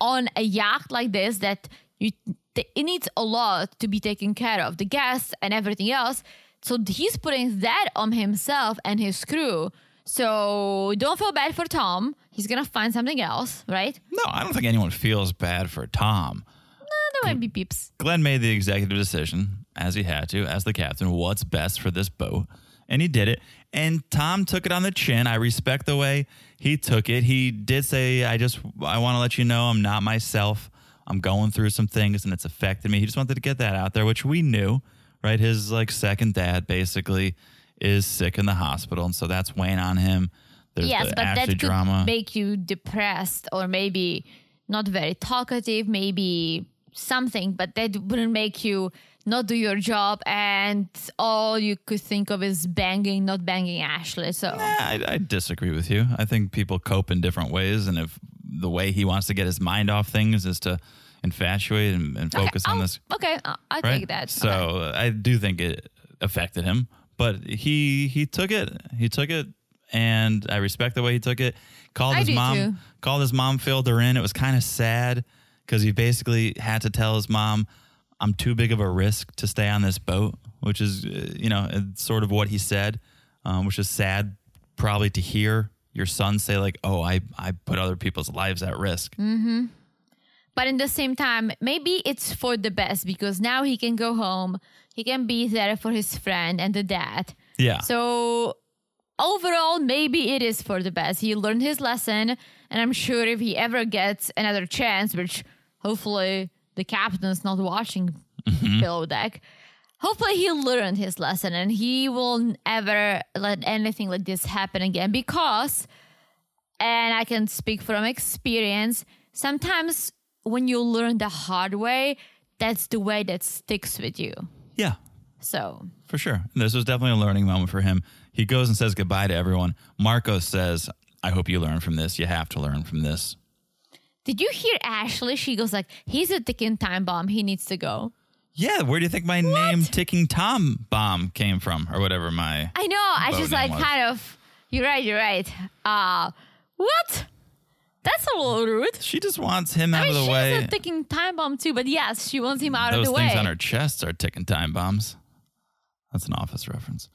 E: on a yacht like this that you th- it needs a lot to be taken care of, the guests and everything else. So he's putting that on himself and his crew. So don't feel bad for Tom. He's gonna find something else, right?
D: No, I don't think anyone feels bad for Tom.
E: Uh, There might be peeps.
D: Glenn made the executive decision, as he had to, as the captain, what's best for this boat. And he did it. And Tom took it on the chin. I respect the way he took it. He did say, I just, I want to let you know I'm not myself. I'm going through some things and it's affected me. He just wanted to get that out there, which we knew, right? His like second dad basically is sick in the hospital. And so that's weighing on him. There's
E: yes,
D: the
E: but that
D: Ashley
E: could
D: drama.
E: make you depressed or maybe not very talkative, maybe something, but that wouldn't make you not do your job and all you could think of is banging, not banging Ashley. So
D: I, I disagree with you. I think people cope in different ways, and if the way he wants to get his mind off things is to infatuate and, and focus
E: okay,
D: on
E: I'll-
D: this,
E: Okay, I- I
D: right?
E: take that.
D: So
E: Okay.
D: uh, I do think it affected him, but he he took it. He took it, and I respect the way he took it. Called
E: I
D: his
E: do
D: mom.
E: too.
D: Called his mom. Filled her in. It was kind of sad because he basically had to tell his mom, "I'm too big of a risk to stay on this boat," which is uh, you know it's sort of what he said, um, which is sad probably to hear your son say like, "Oh, I I put other people's lives at risk."
E: Mm. But in the same time, maybe it's for the best because now he can go home. He can be there for his friend and the dad.
D: Yeah.
E: So overall, maybe it is for the best. He learned his lesson, and I'm sure if he ever gets another chance, which hopefully the captain's not watching below deck, hopefully he learned his lesson and he will ever let anything like this happen again because and I can speak from experience. Sometimes when you learn the hard way, that's the way that sticks with you.
D: yeah.
E: So
D: For sure. This was definitely a learning moment for him. He goes and says goodbye to everyone. Marco says, I hope you learn from this. You have to learn from this.
E: Did you hear Ashley? She goes like, "He's a ticking time bomb. He needs to go."
D: Yeah, where do you think my name Ticking Tom Bomb came from or whatever my
E: I know. I
D: Boat
E: just
D: name
E: like
D: was.
E: kind of. You're right. You're right. Uh what? That's a little rude.
D: She just wants him out
E: I mean,
D: of
E: she's
D: the way.
E: a ticking time bomb too, but yes, she wants him out
D: Those
E: of the
D: things
E: way.
D: on her chest are ticking time bombs. That's an office reference.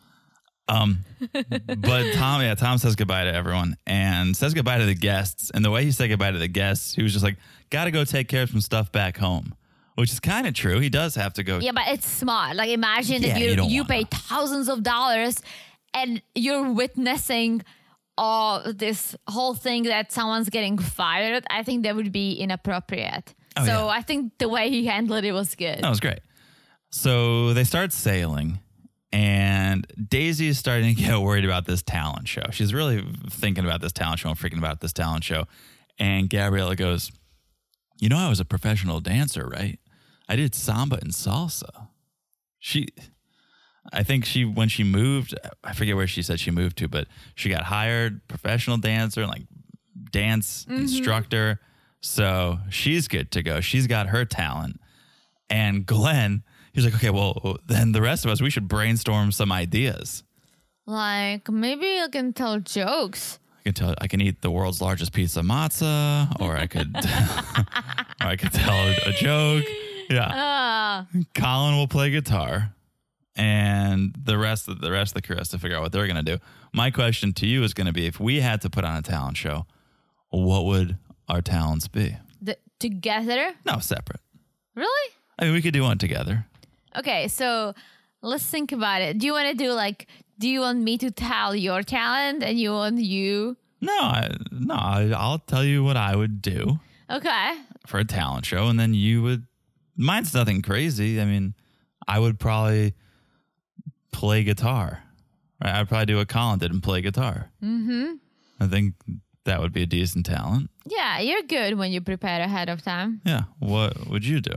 D: Um but Tom yeah, Tom says goodbye to everyone and says goodbye to the guests. And the way he said goodbye to the guests, he was just like, Gotta go take care of some stuff back home. which is kind of true. He does have to go.
E: Yeah, but it's smart. Like imagine
D: Yeah,
E: that
D: you
E: you
D: don't
E: you,
D: wanna.
E: pay thousands of dollars and you're witnessing all this whole thing that someone's getting fired. I think that would be inappropriate.
D: Oh,
E: so
D: yeah.
E: I think the way he handled it was good.
D: That was great. So they start sailing, and Daisy is starting to get worried about this talent show. She's really thinking about this talent show and freaking about this talent show. And Gabriella goes, You know, I was a professional dancer, right? I did samba and salsa. She, I think she, when she moved, I forget where she said she moved to, but she got hired, professional dancer, like dance instructor. So she's good to go. She's got her talent. And Glenn, he's like, okay, well, then the rest of us, we should brainstorm some ideas.
E: Like maybe I can tell jokes.
D: I can tell, I can eat the world's largest piece of matzah, or I could, or I could tell a, a joke. Yeah. Colin will play guitar, and the rest of the rest of the crew has to figure out what they're gonna do. My question to you is gonna be: If we had to put on a talent show, what would our talents be?
E: The, together,
D: No, separate.
E: really?
D: I mean, we could do one together.
E: Okay, so let's think about it. Do you want to do like? Do you want me to tell your talent and you want you?
D: No, I, no, I, I'll tell you what I would do.
E: Okay,
D: for a talent show, and then you would. Mine's nothing crazy. I mean, I would probably play guitar. Right? I'd probably do what Colin did and play guitar. Mm-hmm. I think that would be a decent talent.
E: yeah, you're good when you prepare ahead of time.
D: Yeah. What would you do?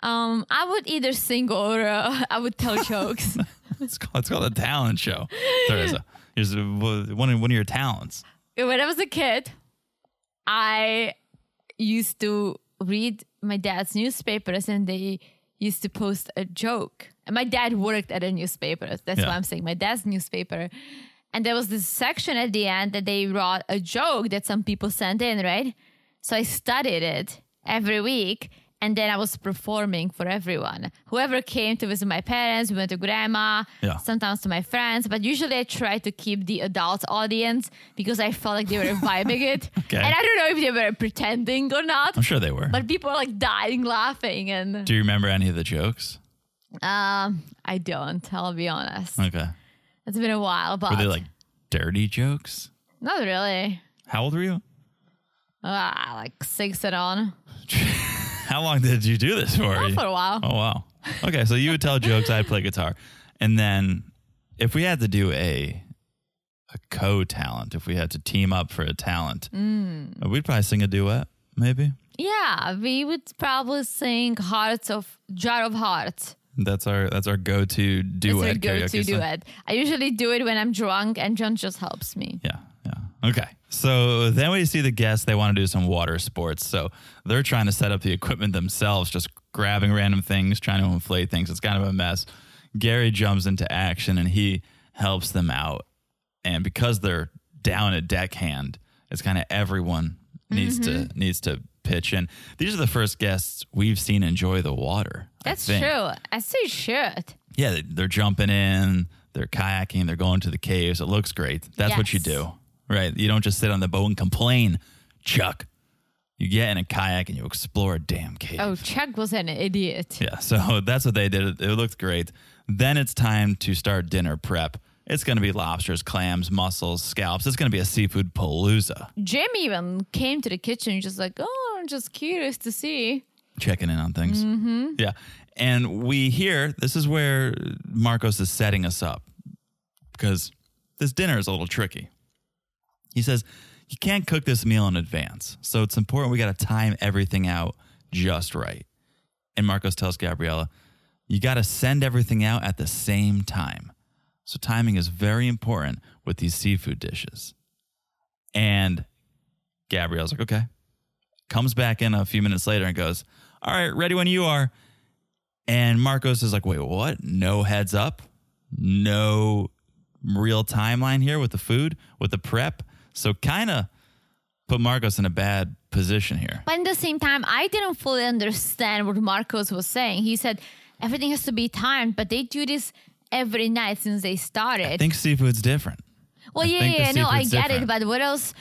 E: Um, I would either sing or uh, I would tell jokes.
D: It's called, it's called a talent show. Teresa, here's a- one of, one of your talents.
E: when I was a kid, I used to read my dad's newspapers and they used to post a joke. And my dad worked at a newspaper. That's
D: Yeah.
E: why I'm saying my dad's newspaper. And there was this section at the end that they wrote a joke that some people sent in, right? So I studied it every week. And then I was performing for everyone. Whoever came to visit my parents, we went to grandma,
D: Yeah.
E: sometimes to my friends, but usually I try to keep the adult audience because I felt like they were vibing it.
D: Okay.
E: And I don't know if they were pretending or not,
D: I'm sure they were.
E: but people are like dying laughing. And
D: do you remember any of the jokes?
E: um, I don't, I'll be honest.
D: Okay.
E: It's been a while, but
D: Were they like dirty jokes?
E: not really.
D: How old were you?
E: Ah, like six and on.
D: How long did you do this for?
E: Not for a while.
D: Oh wow. Okay, so you would tell jokes, I'd play guitar, and then if we had to do a a co-talent, if we had to team up for a talent, we'd probably sing a duet, maybe.
E: Yeah, we would probably sing Hearts of Jar of Hearts.
D: That's our that's our go-to
E: It's
D: duet.
E: our go
D: karaoke
E: to
D: song.
E: duet. I usually do it when I'm drunk, and John just helps me.
D: Yeah, yeah. Okay. So then we see the guests. They want to do some water sports. So they're trying to set up the equipment themselves, just grabbing random things, trying to inflate things. It's kind of a mess. Gary jumps into action and he helps them out. And because they're down a deckhand, it's kind of everyone needs to needs to pitch in. These are the first guests we've seen enjoy the water. I
E: That's
D: think
E: true. I say should.
D: yeah, they- they're jumping in, they're kayaking, they're going to the caves. It looks great. That's what you
E: Yes.
D: do, right? You don't just sit on the boat and complain, Chuck. You get in a kayak and you explore a damn cave.
E: Oh, Chuck was an idiot.
D: Yeah, so that's what they did. It it looked great. Then it's time to start dinner prep. It's going to be lobsters, clams, mussels, scallops. It's going to be a seafood palooza.
E: Jim even came to the kitchen, just like, oh, I'm just curious to see.
D: checking in on things. Yeah. And we hear this is where Marcos is setting us up because this dinner is a little tricky. He says, You can't cook this meal in advance. So it's important we got to time everything out just right. And Marcos tells Gabriella, You got to send everything out at the same time. So timing is very important with these seafood dishes. And Gabrielle's like, Okay comes back in a few minutes later and goes, All right, ready when you are. And Marcos is like, Wait, what? No heads up? No real timeline here with the food, with the prep. So kind of put Marcos in a bad position here.
E: But at the same time, I didn't fully understand what Marcos was saying. He said everything has to be timed, but they do this every night since they started.
D: I think seafood's different.
E: well, yeah,
D: think the
E: yeah, no, I
D: seafood's
E: get
D: different.
E: it. But what else?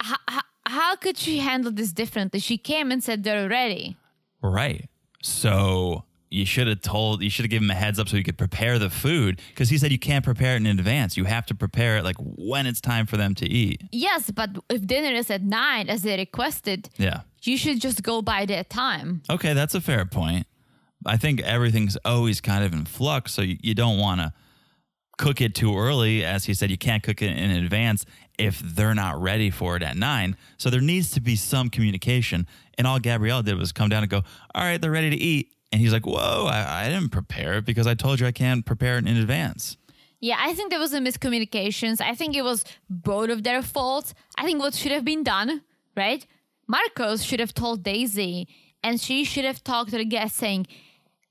E: How, how, how could she handle this differently? She came and said they're ready.
D: Right. So you should have told, you should have given him a heads up so he could prepare the food because he said you can't prepare it in advance. You have to prepare it like when it's time for them to eat.
E: Yes, but if dinner is at nine as they requested,
D: Yeah.
E: you should just go by that time.
D: Okay, that's a fair point. I think everything's always kind of in flux, so you, you don't want to cook it too early. As he said, you can't cook it in advance if they're not ready for it at nine. So there needs to be some communication. And all Gabrielle did was come down and go, All right, they're ready to eat. And he's like, Whoa, I, I didn't prepare it because I told you I can't prepare it in advance.
E: Yeah, I think there was a miscommunications. I think it was both of their faults. I think what should have been done, right? Marcos should have told Daisy, and she should have talked to the guest saying,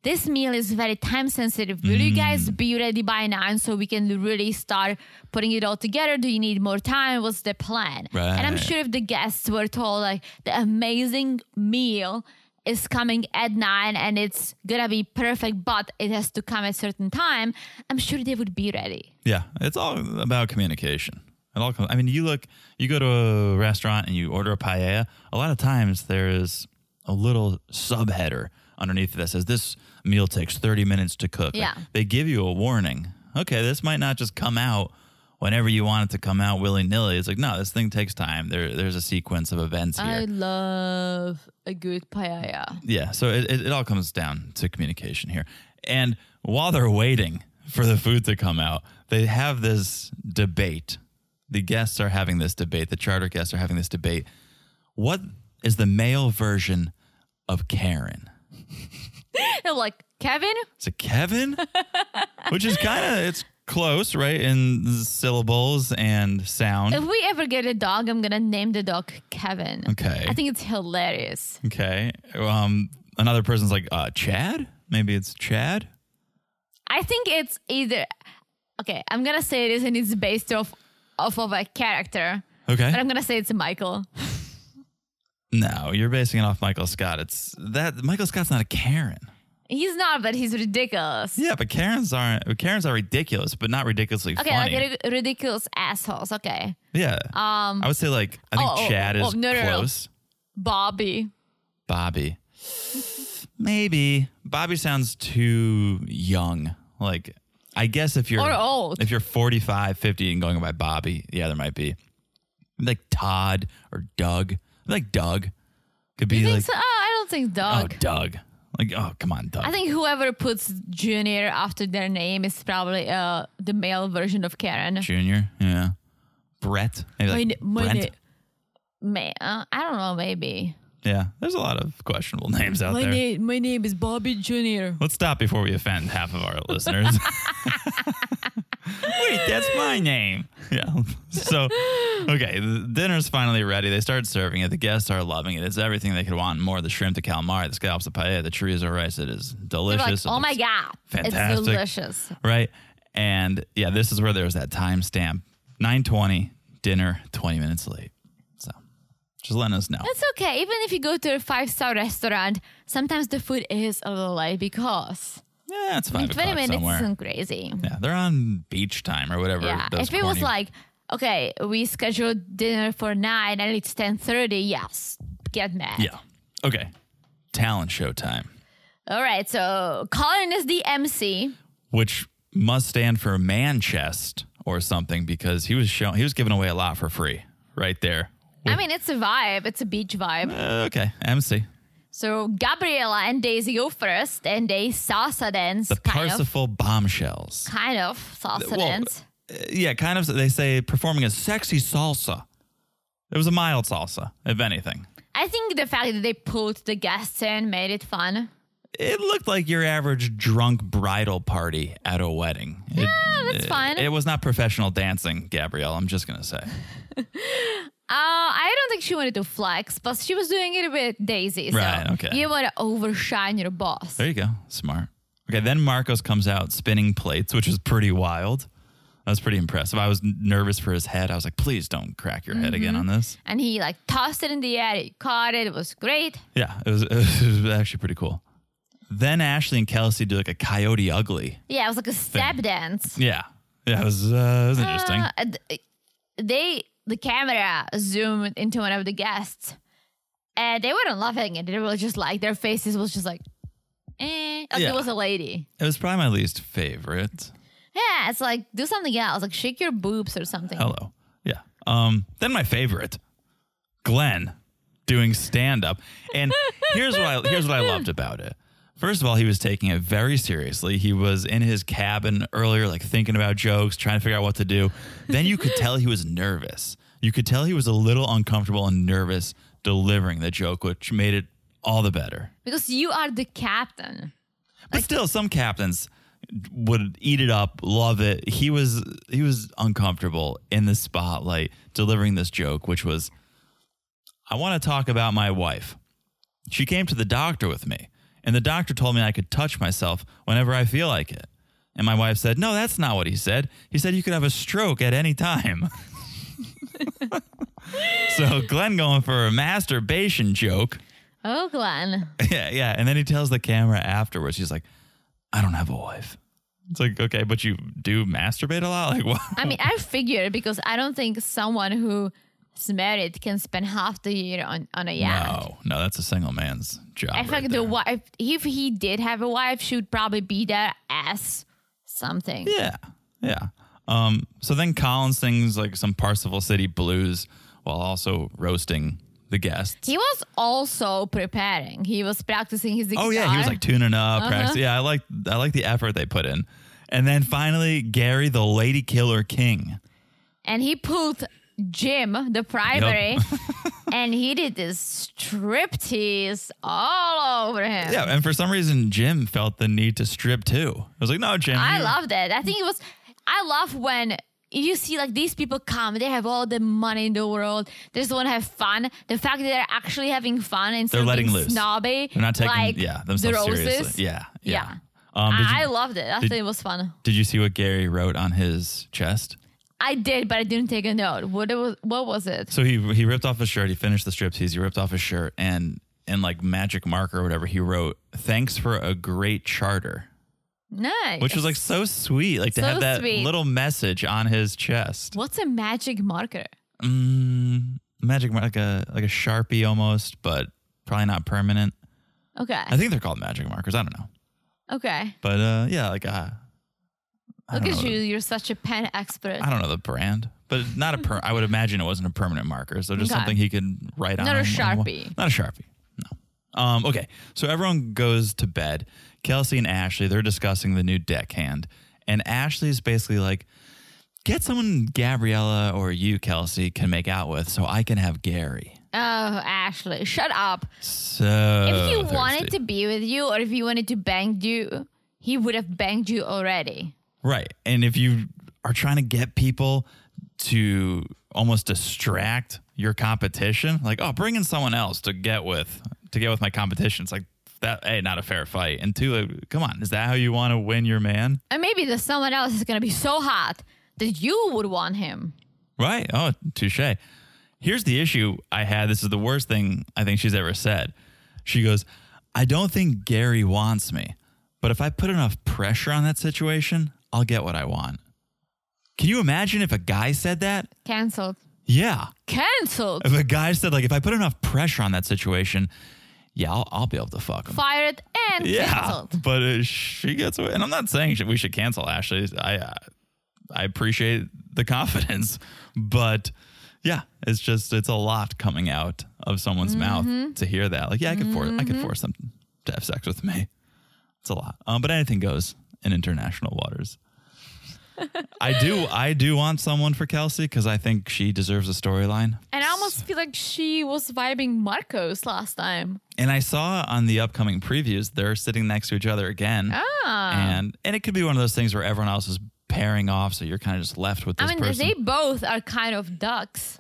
E: "This meal is very time sensitive. Will you guys
D: Mm.
E: be ready by nine so we can really start putting it all together? Do you need more time? What's the plan?" And I'm
D: Right.
E: sure if the guests were told like the amazing meal is coming at nine and it's gonna be perfect, but it has to come at certain time, I'm sure they would be ready.
D: Yeah, it's all about communication. It all comes. I mean, you look, you go to a restaurant and you order a paella. A lot of times there is a little subheader underneath that says this meal takes 30 minutes to cook. Like,
E: Yeah.
D: they give you a warning. Okay, this might not just come out whenever you want it to come out willy nilly. It's like no, this thing takes time. There, there's a sequence of events here.
E: love a good paella.
D: Yeah. So it, it, it all comes down to communication here. And while they're waiting for the food to come out, they have this debate. The guests are having this debate. The charter guests are having this debate. What is the male version of Karen?
E: They're like, Kevin?
D: Is it Kevin? Which is kind of, it's close, right? In syllables and sound.
E: If we ever get a dog, I'm gonna name the dog Kevin.
D: Okay.
E: I think it's hilarious.
D: Okay. Um, another person's like, uh, Chad? Maybe it's Chad?
E: I think it's either okay, I'm gonna say this and it's based off off of a character.
D: Okay.
E: But I'm gonna say it's Michael.
D: No, you're basing it off Michael Scott. It's that Michael Scott's not a Karen.
E: He's not, but he's ridiculous.
D: Yeah, but Karens aren't. but Karens are ridiculous, but not ridiculously
E: Okay,
D: funny.
E: like ri- ridiculous assholes. Okay.
D: yeah, um, I would say like I think
E: oh, oh,
D: Chad is
E: oh, no, no, no.
D: close.
E: Bobby.
D: Bobby, maybe Bobby sounds too young. Like I guess if you're
E: Or old.
D: if you're 45, 50 and going by Bobby, yeah, there might be like Todd or Doug. Like Doug could be
E: You think
D: like
E: so? Oh, I don't think
D: oh
E: Doug.
D: Doug. Like oh come on Doug.
E: I think whoever puts junior after their name is probably uh, the male version of Karen.
D: Junior, yeah. Brett, maybe like
E: My na- my
D: Brent.
E: na- May, uh, I don't know, maybe.
D: Yeah, there's a lot of questionable names out there.
E: name, my name is Bobby Junior.
D: Let's stop before we offend half of our listeners. Wait, that's my name. Yeah. So, okay, the dinner's finally ready. They start serving it. The guests are loving it. It's everything they could want and more. The shrimp, the calamari, the scallops, the paella, the chorizo rice. It is
E: Like,
D: delicious. It
E: oh my
D: looks
E: god,
D: fantastic.
E: it's delicious.
D: right? And yeah, this is where there was that timestamp: nine twenty, dinner twenty minutes late. So just letting us know.
E: It's okay. Even if you go to a five star restaurant, sometimes the food is a little late because
D: yeah, it's five
E: in 20
D: o'clock
E: minutes
D: somewhere.
E: isn't crazy.
D: Yeah, they're on beach time or whatever.
E: Yeah.
D: those
E: If it was
D: corny-
E: like, okay, we scheduled dinner for nine and it's ten thirty, yes, get mad.
D: yeah, okay, talent show time,
E: All right. So Colin is the MC.
D: which must stand for man chest or something because he was showing he was giving away a lot for free right there.
E: I mean, it's a vibe. It's a beach vibe.
D: Uh, okay, MC
E: So Gabriella and Daisy go first, and they salsa dance.
D: the
E: kind of,
D: Parsifal bombshells.
E: kind of salsa
D: Well,
E: dance.
D: uh, yeah, kind of. They say performing a sexy salsa. It was a mild salsa, if anything.
E: I think the fact that they pulled the guests in made it fun.
D: It looked like your average drunk bridal party at a wedding. Yeah,
E: that's fine.
D: It was not professional dancing, Gabrielle. I'm just gonna say.
E: Uh, I don't think she wanted to flex, but she was doing it with Daisy. So
D: Right, okay.
E: You want to overshine your boss.
D: There you go, smart. Okay, then Marcos comes out spinning plates, which was pretty wild. That was pretty impressive. I was n- nervous for his head. I was like, please don't crack your head again on this.
E: And he like tossed it in the air. He caught it. It was great.
D: Yeah, it was, it was actually pretty cool. Then Ashley and Kelsey do like a coyote ugly.
E: Yeah, it was like a step dance.
D: Yeah. Yeah, it was, uh, it was interesting.
E: Uh, and th- they the camera zoomed into one of the guests, and they weren't laughing, and they were just like their faces was just like eh. Like
D: Yeah.
E: it was a lady.
D: It was probably my least favorite.
E: Yeah, it's like do something else, like shake your boobs or something.
D: Hello. Yeah. Um, then my favorite, Glenn doing stand up. And here's what I here's what I loved about it. First of all, he was taking it very seriously. He was in his cabin earlier, like thinking about jokes, trying to figure out what to do. Then you could tell he was nervous. You could tell he was a little uncomfortable and nervous delivering the joke, which made it all the better.
E: Because you are the captain.
D: But still, some captains would eat it up, love it. He was he was uncomfortable in the spotlight delivering this joke, which was, I want to talk about my wife. She came to the doctor with me, and the doctor told me I could touch myself whenever I feel like it. And my wife said, No, that's not what he said. He said you could have a stroke at any time. so Glenn going for a masturbation joke.
E: Oh, Glenn.
D: Yeah, yeah. And then he tells the camera afterwards, he's like, I don't have a wife. It's like, okay, but you do masturbate a lot? Like, what?
E: I mean, I figured because I don't think someone who's married can spend half the year on, on a yacht.
D: No, no, that's a single man's job.
E: I think
D: right
E: the
D: there.
E: wife, if he did have a wife, she would probably be there as something.
D: Yeah, yeah. Um, so then Colin sings like some Parsifal City blues while also roasting the guests.
E: He was also preparing. He was practicing his guitar.
D: Oh yeah, he was like tuning up,
E: Uh-huh.
D: practice. Yeah, I like I like the effort they put in. And then finally, Gary, the Lady Killer King.
E: and he pulled Jim, the primary, and he did this striptease all over him.
D: Yeah, and for some reason, Jim felt the need to strip too. I was like, no, Jim.
E: I
D: you-
E: love that. I think it was. I love when you see like these people come. They have all the money in the world. They just want to have fun. The fact that they're actually having fun and
D: They're letting loose.
E: snobby.
D: They're not taking
E: like,
D: yeah
E: the
D: themselves
E: roses.
D: seriously. Yeah, yeah.
E: Yeah.
D: Um, did,
E: I, I
D: you,
E: loved it. I
D: did-
E: thought it was fun.
D: did you see what Gary wrote on his chest?
E: I did, but I didn't take a note. What it was? What was it?
D: So he he ripped off his shirt. He finished the striptease. He ripped off his shirt and in like magic marker or whatever, he wrote, "Thanks for a great charter,"
E: Nice.
D: which was like so sweet, like to
E: So
D: have that
E: sweet.
D: little message on his chest.
E: what's a magic marker?
D: Mm, magic mar- like a like a sharpie almost, but probably not permanent.
E: Okay.
D: I think they're called magic markers. I don't know,
E: Okay.
D: but uh, yeah, like uh, I
E: Look
D: don't
E: at
D: know.
E: you. You're such a pen expert.
D: I don't know the brand, but not a per. I would imagine it wasn't a permanent marker, so just
E: Okay.
D: something he could write on.
E: Not a
D: on the wall.
E: Sharpie.
D: Not a sharpie. No. Um, okay, so everyone goes to bed. Kelsey and Ashley they're discussing the new deckhand, and Ashley's basically like, "Get someone Gabriella or you, Kelsey, can make out with, so I can have Gary."
E: Oh, Ashley, shut up.
D: So Uh,
E: if he wanted
D: thirsty.
E: to be with you or if he wanted to bang you, he would have banged you already.
D: Right. And if you are trying to get people to almost distract your competition, like, oh, bring in someone else to get with, to get with my competition. It's like, that, hey, not a fair fight. And two, like, come on, is that how you want to win your man?
E: And maybe the someone else is gonna be so hot that you would want him.
D: Right. Oh, touche. Here's the issue I had. This is the worst thing I think she's ever said. She goes, I don't think Gary wants me, but if I put enough pressure on that situation, I'll get what I want. Can you imagine if a guy said that?
E: Cancelled.
D: Yeah.
E: Cancelled.
D: If a guy said, like, if I put enough pressure on that situation, yeah, I'll, I'll be able to fuck him.
E: Fired and
D: yeah.
E: cancelled.
D: But uh, she gets away. And I'm not saying sh- we should cancel Ashley. I, uh, I appreciate the confidence. But yeah, it's just, it's a lot coming out of someone's mouth to hear that. Like, yeah, I could force, I could force them to have sex with me. It's a lot. Um, but anything goes in international waters. I do, I do want someone for Kelsey because I think she deserves a storyline.
E: And I almost feel like she was vibing Marcos last time.
D: And I saw on the upcoming previews, they're sitting next to each other again.
E: Ah.
D: And and it could be one of those things where everyone else is pairing off, so you're kind of just left with this
E: I mean,
D: person.
E: they both are kind of ducks.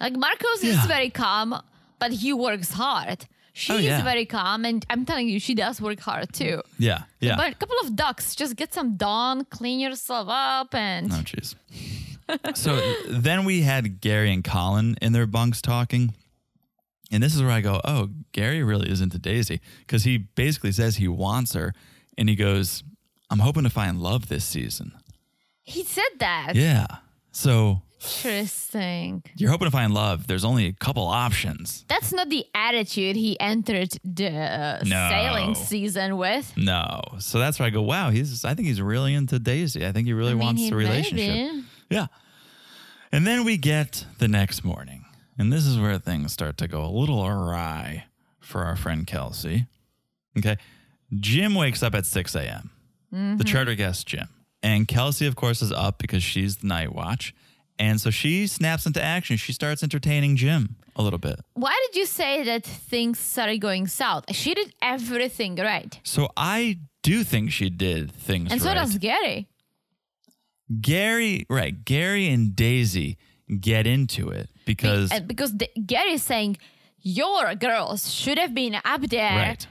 E: Like Marcos is
D: Yeah.
E: very calm, but he works hard. She
D: Oh, yeah.
E: is very calm, and I'm telling you, she does work hard too.
D: yeah, yeah.
E: But a couple of ducks, just get some dawn, clean yourself up, and
D: oh, jeez. so then we had Gary and Colin in their bunks talking. And this is where I go, oh, Gary really is into Daisy because he basically says he wants her. And he goes, I'm hoping to find love this season.
E: he said that.
D: Yeah. So
E: Interesting.
D: You're hoping to find love. There's only a couple options.
E: That's not the attitude he entered the uh,
D: No.
E: sailing season with.
D: No. So that's where I go, wow, he's I think he's really into Daisy. I think he really
E: I mean,
D: wants
E: he
D: the
E: may
D: relationship.
E: be.
D: Yeah. And then we get the next morning. And this is where things start to go a little awry for our friend Kelsey. Okay. Jim wakes up at 6 a.m.,
E: Mm-hmm.
D: the charter guest, Jim. And Kelsey, of course, is up because she's the night watch. And so she snaps into action. She starts entertaining Jim a little bit.
E: Why did you say that things started going south? She did everything right.
D: So I do think she did things
E: And so
D: right.
E: does Gary.
D: Gary, right. Gary and Daisy get into it because.
E: And because the, Gary is saying your girls should have been up there
D: Right.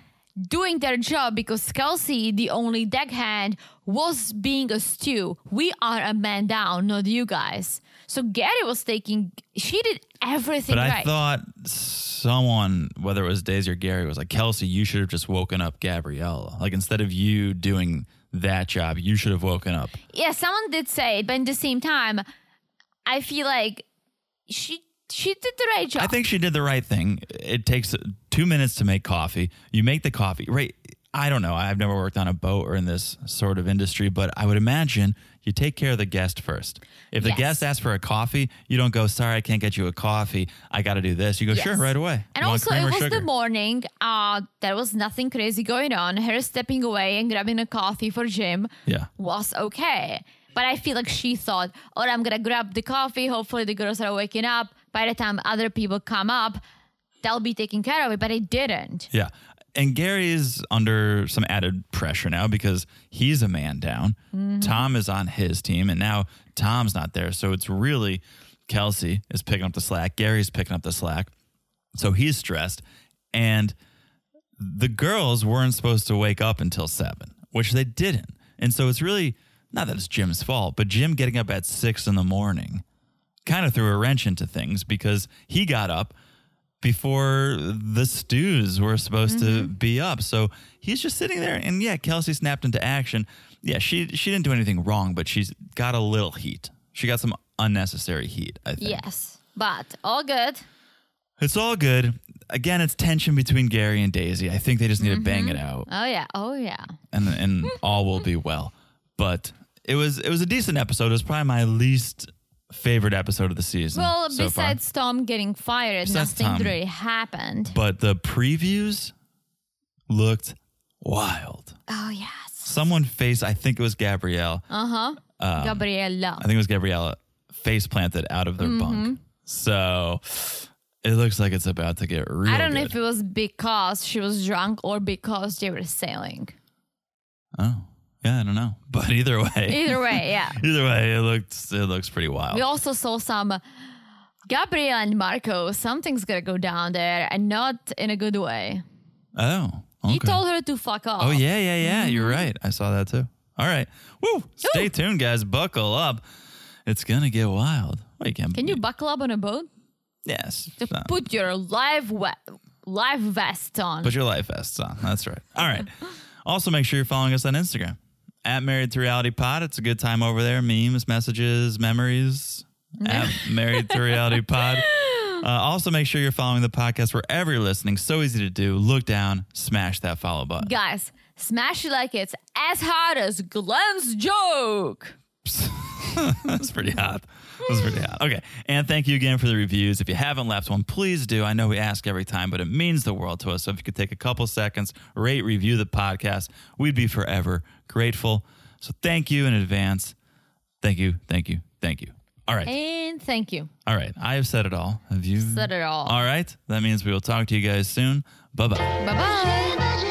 E: doing their job because Kelsey, the only deckhand, was being a stew. We are a man down, not you guys. So Gary was taking. She did everything
D: But I
E: right.
D: thought someone, whether it was Daisy or Gary, was like, Kelsey, you should have just woken up Gabriella. Like, instead of you doing that job, you should have woken up.
E: yeah, someone did say it, but at the same time, I feel like she she did the right job.
D: I think she did the right thing. It takes two minutes to make coffee. You make the coffee, right? I don't know. I've never worked on a boat or in this sort of industry, but I would imagine you take care of the guest first. If the
E: Yes.
D: guest asks for a coffee, you don't go, sorry, I can't get you a coffee. I got to do this. You go, sure,
E: Yes.
D: right away.
E: And
D: You want
E: also,
D: cream
E: it
D: or
E: was the
D: sugar?"
E: morning. Uh, there was nothing crazy going on. Her stepping away and grabbing a coffee for Jim
D: Yeah.
E: was okay. But I feel like she thought, oh, I'm going to grab the coffee. Hopefully, the girls are waking up. By the time other people come up, they'll be taken care of it. But it didn't.
D: Yeah. And Gary is under some added pressure now because he's a man down. Tom is on his team, and now Tom's not there. So it's really Kelsey is picking up the slack. Gary's picking up the slack. So he's stressed. And the girls weren't supposed to wake up until seven, which they didn't. And so it's really not that it's Jim's fault, but Jim getting up at six in the morning kind of threw a wrench into things because he got up before the stews were supposed to be up. So he's just sitting there and yeah, Kelsey snapped into action. Yeah, she she didn't do anything wrong, but she's got a little heat. She got some unnecessary heat, I think.
E: Yes. But all good.
D: It's all good. Again, it's tension between Gary and Daisy. I think they just need to bang it out
E: Oh, yeah. Oh, yeah.
D: and and all will be well. But it was it was a decent episode. It was probably my least favorite episode of the season.
E: Well,
D: so far.
E: besides Tom getting fired,
D: Besides
E: nothing
D: Tom.
E: really happened.
D: but the previews looked wild.
E: Oh, yes.
D: Someone face I think it was Gabrielle.
E: Uh. Gabriella.
D: um, I think it was Gabriella face planted out of their
E: Mm-hmm.
D: bunk. So it looks like it's about to get real.
E: I don't know
D: good.
E: if it was because she was drunk or because they were sailing.
D: Oh. Yeah, I don't know. But either way.
E: Either way, yeah.
D: Either way, it looks it looks pretty wild.
E: We also saw some Gabriel and Marco. Something's gonna go down there, and not in a good way.
D: oh. Okay.
E: He told Mm-hmm. her to fuck off.
D: Oh yeah, yeah, yeah. You're right. I saw that too. All right. Woo! Stay tuned, guys. Buckle up. It's gonna get wild. Wait, can
E: Can you buckle up on a boat?
D: Yes.
E: To
D: Uh,
E: put your life we- life vest on.
D: Put your life vests on. That's right. All right. Also, make sure you're following us on Instagram at Married to Reality Pod. It's a good time over there. Memes, messages, memories. At Married to Reality Pod. Uh, also, make sure you're following the podcast wherever you're listening. So easy to do. Look down, smash that follow button.
E: Guys, smash it like it's as hard as Glenn's joke.
D: That's pretty hot. That's pretty hot. Okay. And thank you again for the reviews. If you haven't left one, please do. I know we ask every time, but it means the world to us. So if you could take a couple seconds, rate, review the podcast, we'd be forever grateful. So thank you in advance. Thank you. Thank you. Thank you. All right.
E: And thank you.
D: All right. I have said it all. Have you
E: Said it all.
D: All right. That means we will talk to you guys soon. Bye bye.
E: Bye bye.
F: Everybody